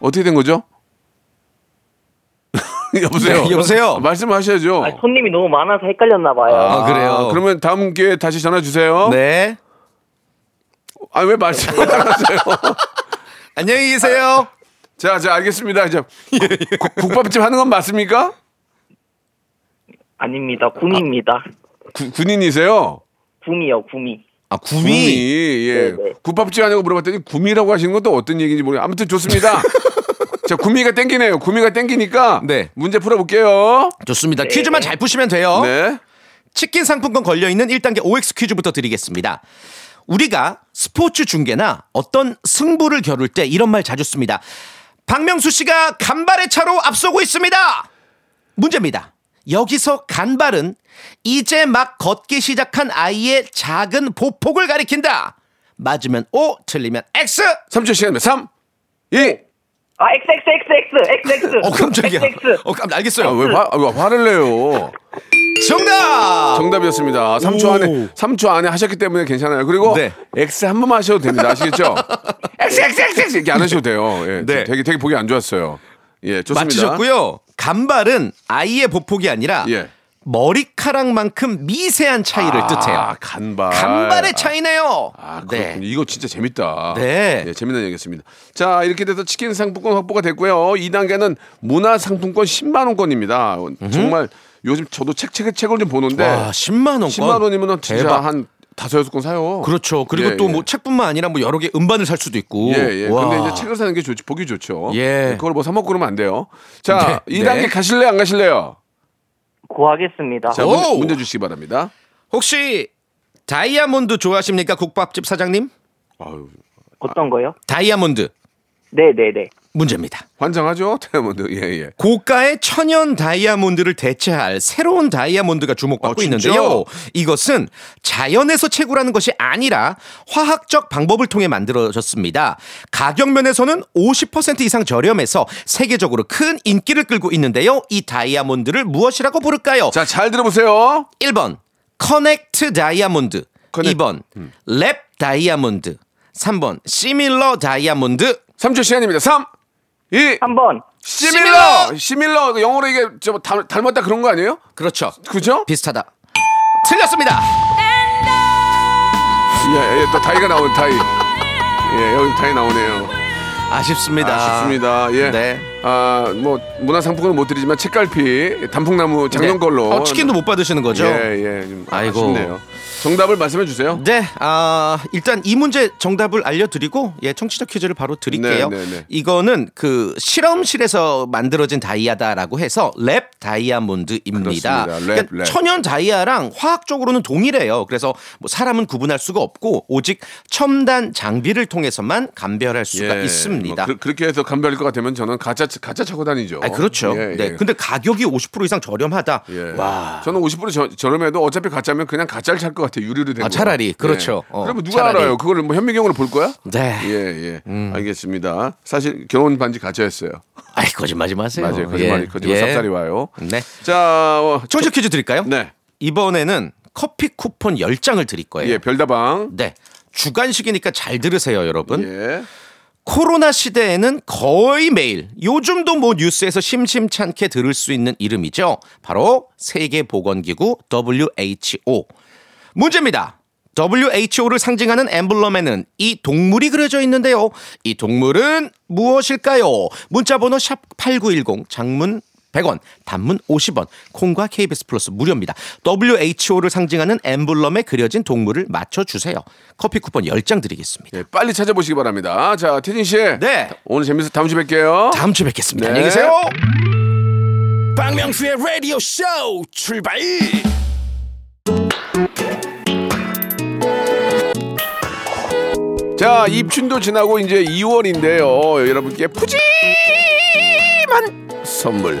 [SPEAKER 3] 어떻게 된 거죠? [LAUGHS] 여보세요.
[SPEAKER 6] 네, 여보세요?
[SPEAKER 3] 말씀하셔야죠.
[SPEAKER 9] 아, 손님이 너무 많아서 헷갈렸나 봐요.
[SPEAKER 6] 아, 그래요?
[SPEAKER 3] 그러면 다음 기회에 다시 전화 주세요.
[SPEAKER 6] 네
[SPEAKER 3] 아, 왜 말씀 못 하세요? [LAUGHS]
[SPEAKER 6] 안녕히 계세요
[SPEAKER 3] 자, 자, 알겠습니다.
[SPEAKER 6] [LAUGHS]
[SPEAKER 3] 이제
[SPEAKER 6] 예,
[SPEAKER 3] 국- 국밥집 하는 건 맞습니까?
[SPEAKER 9] 아닙니다. 구미입니다.
[SPEAKER 3] 구- 군인이세요?
[SPEAKER 9] 구미요, 구미.
[SPEAKER 6] 아 구미,
[SPEAKER 3] 구미. 예.
[SPEAKER 9] 네, 네.
[SPEAKER 3] 국밥집 하냐고 물어봤더니 구미라고 하시는 건 또 어떤 얘기인지 모르겠어요. 아무튼 좋습니다. [LAUGHS] 자, 구미가 땡기네요. 구미가 땡기니까
[SPEAKER 6] 네.
[SPEAKER 3] 문제 풀어볼게요.
[SPEAKER 9] 네.
[SPEAKER 6] 좋습니다 퀴즈만 잘 푸시면 돼요
[SPEAKER 3] 네.
[SPEAKER 6] 치킨 상품권 걸려있는 1단계 OX 퀴즈부터 드리겠습니다. 우리가 스포츠 중계나 어떤 승부를 겨룰 때 이런 말 자주 씁니다. 박명수 씨가 간발의 차로 앞서고 있습니다. 문제입니다. 여기서 간발은 이제 막 걷기 시작한 아이의 작은 보폭을 가리킨다. 맞으면 O, 틀리면 X.
[SPEAKER 3] 3초 시간입니다. 3, 2,
[SPEAKER 9] 아, XXXX! XX!
[SPEAKER 6] 어 깜짝이야.
[SPEAKER 9] XX!
[SPEAKER 6] 어 깜, 알겠어요.
[SPEAKER 3] 아, 왜, 화, 아, 왜 화를 내요? 아,
[SPEAKER 6] 정답.
[SPEAKER 3] 정답이었습니다. 3초
[SPEAKER 6] 오.
[SPEAKER 3] 안에, 3초 안에 하셨기 때문에 괜찮아요. 그리고
[SPEAKER 6] 네.
[SPEAKER 3] X 한 번만 하셔도 됩니다. 아시겠죠? [LAUGHS] X, X, X, X 이렇게 안 하셔도 돼요. 예,
[SPEAKER 6] 네.
[SPEAKER 3] 되게, 되게 보기 안 좋았어요. 예, 좋습니다.
[SPEAKER 6] 맞히셨고요. 간발은 아이의 보폭이 아니라
[SPEAKER 3] 예.
[SPEAKER 6] 머리카락만큼 미세한 차이를
[SPEAKER 3] 아,
[SPEAKER 6] 뜻해요.
[SPEAKER 3] 간발.
[SPEAKER 6] 간발의 차이네요.
[SPEAKER 3] 아,
[SPEAKER 6] 네.
[SPEAKER 3] 그렇군요. 이거 진짜 재밌다.
[SPEAKER 6] 네.
[SPEAKER 3] 재밌는 얘기였습니다. 자, 이렇게 돼서 치킨 상품권 확보가 됐고요. 2단계는 문화 상품권 10만 원권입니다. 정말 요즘 저도 책, 책, 책을 좀 보는데
[SPEAKER 6] 음? 네. 와, 10만 원.
[SPEAKER 3] 10만 네. 원이면 진짜 한 다섯 여섯 권 사요.
[SPEAKER 6] 그렇죠. 그리고
[SPEAKER 3] 예,
[SPEAKER 6] 또
[SPEAKER 3] 예.
[SPEAKER 6] 뭐 책뿐만 아니라 뭐 여러 개 음반을 살 수도 있고.
[SPEAKER 3] 예, 예.
[SPEAKER 6] 와.
[SPEAKER 3] 근데 이제 책을 사는 게 좋지, 보기 좋죠.
[SPEAKER 6] 예.
[SPEAKER 3] 그걸 뭐 사먹고 그러면 안 돼요. 자,
[SPEAKER 6] 네,
[SPEAKER 3] 2단계
[SPEAKER 6] 네.
[SPEAKER 3] 가실래요, 안 가실래요?
[SPEAKER 9] 고하겠습니다.
[SPEAKER 3] 자,
[SPEAKER 6] 오우.
[SPEAKER 3] 문, 문제 주시기 바랍니다.
[SPEAKER 6] 혹시 다이아몬드 좋아하십니까? 국밥집 사장님?
[SPEAKER 3] 아유,
[SPEAKER 9] 어떤 거요?
[SPEAKER 6] 다이아몬드
[SPEAKER 9] 네네네.
[SPEAKER 6] 문제입니다.
[SPEAKER 3] 환장하죠? [LAUGHS] 태아몬드. 예, 예.
[SPEAKER 6] 고가의 천연 다이아몬드를 대체할 새로운 다이아몬드가 주목받고
[SPEAKER 3] 아, 진짜?
[SPEAKER 6] 있는데요. 이것은 자연에서 채굴하는 것이 아니라 화학적 방법을 통해 만들어졌습니다. 가격면에서는 50% 이상 저렴해서 세계적으로 큰 인기를 끌고 있는데요. 이 다이아몬드를 무엇이라고 부를까요?
[SPEAKER 3] 자, 잘 들어보세요.
[SPEAKER 6] 1번 커넥트 다이아몬드
[SPEAKER 3] 커넥-
[SPEAKER 6] 2번 랩 다이아몬드 3번 시밀러 다이아몬드
[SPEAKER 3] 3초 시간입니다. 3, 2,
[SPEAKER 9] 한 번.
[SPEAKER 3] 시밀러! 시밀러! 영어로 이게 좀 닮- 닮았다 그런 거 아니에요?
[SPEAKER 6] 그렇죠
[SPEAKER 3] 그죠?
[SPEAKER 6] 비슷하다 틀렸습니다
[SPEAKER 3] 예, 예, 또 다이가 나오네, 다이. 예, 여기 다이 나오네요.
[SPEAKER 6] 아쉽습니다
[SPEAKER 3] 아쉽습니다. 예.
[SPEAKER 6] 네.
[SPEAKER 3] 아, 뭐, 문화상품권은 못 드리지만, 책갈피, 단풍나무 작년
[SPEAKER 6] 네.
[SPEAKER 3] 걸로.
[SPEAKER 6] 어, 치킨도 못 받으시는 거죠?
[SPEAKER 3] 예, 예. 좀
[SPEAKER 6] 아이고.
[SPEAKER 3] 아쉽네요. 정답을 말씀해 주세요.
[SPEAKER 6] 네, 아, 일단 이 문제 정답을 알려드리고, 예, 청취자 퀴즈를 바로 드릴게요.
[SPEAKER 3] 네, 네, 네.
[SPEAKER 6] 이거는 그 실험실에서 만들어진 다이아다라고 해서 랩 다이아몬드입니다. 그러니까
[SPEAKER 3] 그렇습니다. 랩, 랩.
[SPEAKER 6] 천연 다이아랑 화학적으로는 동일해요. 그래서 뭐 사람은 구분할 수가 없고, 오직 첨단 장비를 통해서만 감별할 수가
[SPEAKER 3] 예,
[SPEAKER 6] 있습니다.
[SPEAKER 3] 뭐 그, 렇게 해서 감별일 것 같으면 저는 가짜, 가짜 차고 다니죠.
[SPEAKER 6] 아, 그렇죠.
[SPEAKER 3] 예,
[SPEAKER 6] 네.
[SPEAKER 3] 예.
[SPEAKER 6] 근데 가격이 50% 이상 저렴하다.
[SPEAKER 3] 예.
[SPEAKER 6] 와.
[SPEAKER 3] 저는 50% 저, 저렴해도 어차피 가짜면 그냥 가짜를 찰 것 같아요. 유리로 된
[SPEAKER 6] 아,
[SPEAKER 3] 거. 예.
[SPEAKER 6] 차라리. 그렇죠. 어,
[SPEAKER 3] 그러면 누가
[SPEAKER 6] 차라리.
[SPEAKER 3] 알아요? 그걸 뭐 현미경으로 볼 거야?
[SPEAKER 6] 네.
[SPEAKER 3] 예, 예. 알겠습니다. 사실 결혼 반지 가짜였어요.
[SPEAKER 6] 아이, 거짓말하지 마세요.
[SPEAKER 3] 맞아요. 거짓말이
[SPEAKER 6] 예,
[SPEAKER 3] 거짓말
[SPEAKER 6] 예.
[SPEAKER 3] 쌉싸리 와요.
[SPEAKER 6] 네.
[SPEAKER 3] 자, 어,
[SPEAKER 6] 청취 퀴즈 드릴까요?
[SPEAKER 3] 네.
[SPEAKER 6] 이번에는 커피 쿠폰 10장을 드릴 거예요.
[SPEAKER 3] 예, 별다방.
[SPEAKER 6] 네. 주간식이니까 잘 들으세요, 여러분.
[SPEAKER 3] 예.
[SPEAKER 6] 코로나 시대에는 거의 매일 요즘도 뭐 뉴스에서 심심찮게 들을 수 있는 이름이죠. 바로 세계보건기구 WHO. 문제입니다. WHO를 상징하는 엠블럼에는 이 동물이 그려져 있는데요. 이 동물은 무엇일까요? 문자번호 샵8910 장문 100원, 단문 50원, 콩과 KBS 플러스 무료입니다. WHO를 상징하는 엠블럼에 그려진 동물을 맞춰주세요. 커피 쿠폰 10장 드리겠습니다.
[SPEAKER 3] 예, 빨리 찾아보시기 바랍니다. 자, 태진 씨.
[SPEAKER 6] 네.
[SPEAKER 3] 오늘 재밌어 다음 주에 뵐게요.
[SPEAKER 6] 다음 주에 뵙겠습니다.
[SPEAKER 3] 네.
[SPEAKER 6] 안녕히 계세요.
[SPEAKER 1] 박명수의 라디오 쇼 출발
[SPEAKER 3] 자, 입춘도 지나고 이제 2월인데요. 여러분께 푸짐한 선물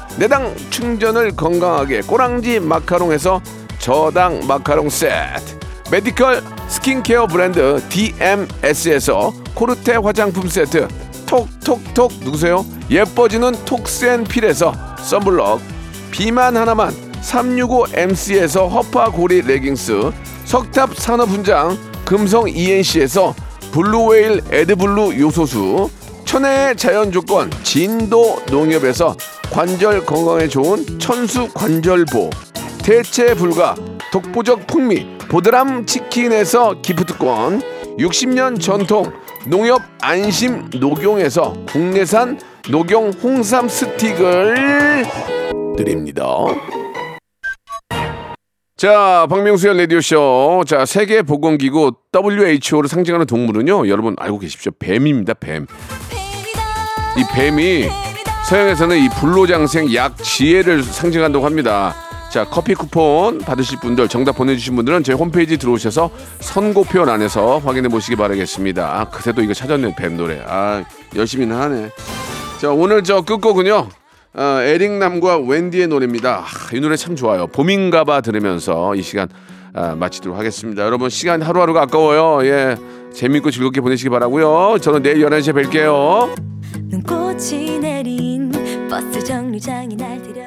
[SPEAKER 3] 내당 충전을 건강하게 꼬랑지 마카롱에서 저당 마카롱 세트 메디컬 스킨케어 브랜드 DMS에서 코르테 화장품 세트 톡톡톡 누구세요? 예뻐지는 톡센필에서 썬블럭 비만 하나만 365MC에서 허파고리 레깅스 석탑 산업훈장 금성 ENC에서 블루웨일 에드블루 요소수 천혜의 자연조건 진도 농협에서 관절 건강에 좋은 천수 관절보 대체 불가 독보적 풍미 보드람 치킨에서 기프트권 60년 전통 농협 안심 녹용에서 국내산 녹용 홍삼 스틱을 드립니다. 자, 박명수의 라디오쇼. 자, 세계보건기구 WHO를 상징하는 동물은요, 여러분 알고 계십시오. 뱀입니다, 뱀. 이 뱀이 서양에서는 이 불로장생 약 지혜를 상징한다고 합니다. 자, 커피 쿠폰 받으실 분들, 정답 보내주신 분들은 저희 홈페이지 들어오셔서 선고표 안에서 확인해 보시기 바라겠습니다. 아, 그새도 이거 찾았네, 뱀 노래. 아, 열심히는 하네. 자, 오늘 저 끝곡은요. 어, 에릭남과 wendy의 노래입니다. 아, 이 노래 참 좋아요. 봄인가봐 들으면서 이 시간 아, 마치도록 하겠습니다. 여러분 시간 하루하루가 아까워요. 예, 재밌고 즐겁게 보내시기 바라고요. 저는 내일 11시에 뵐게요.
[SPEAKER 10] 눈꽃이 내린 버스 정류장이 날 들여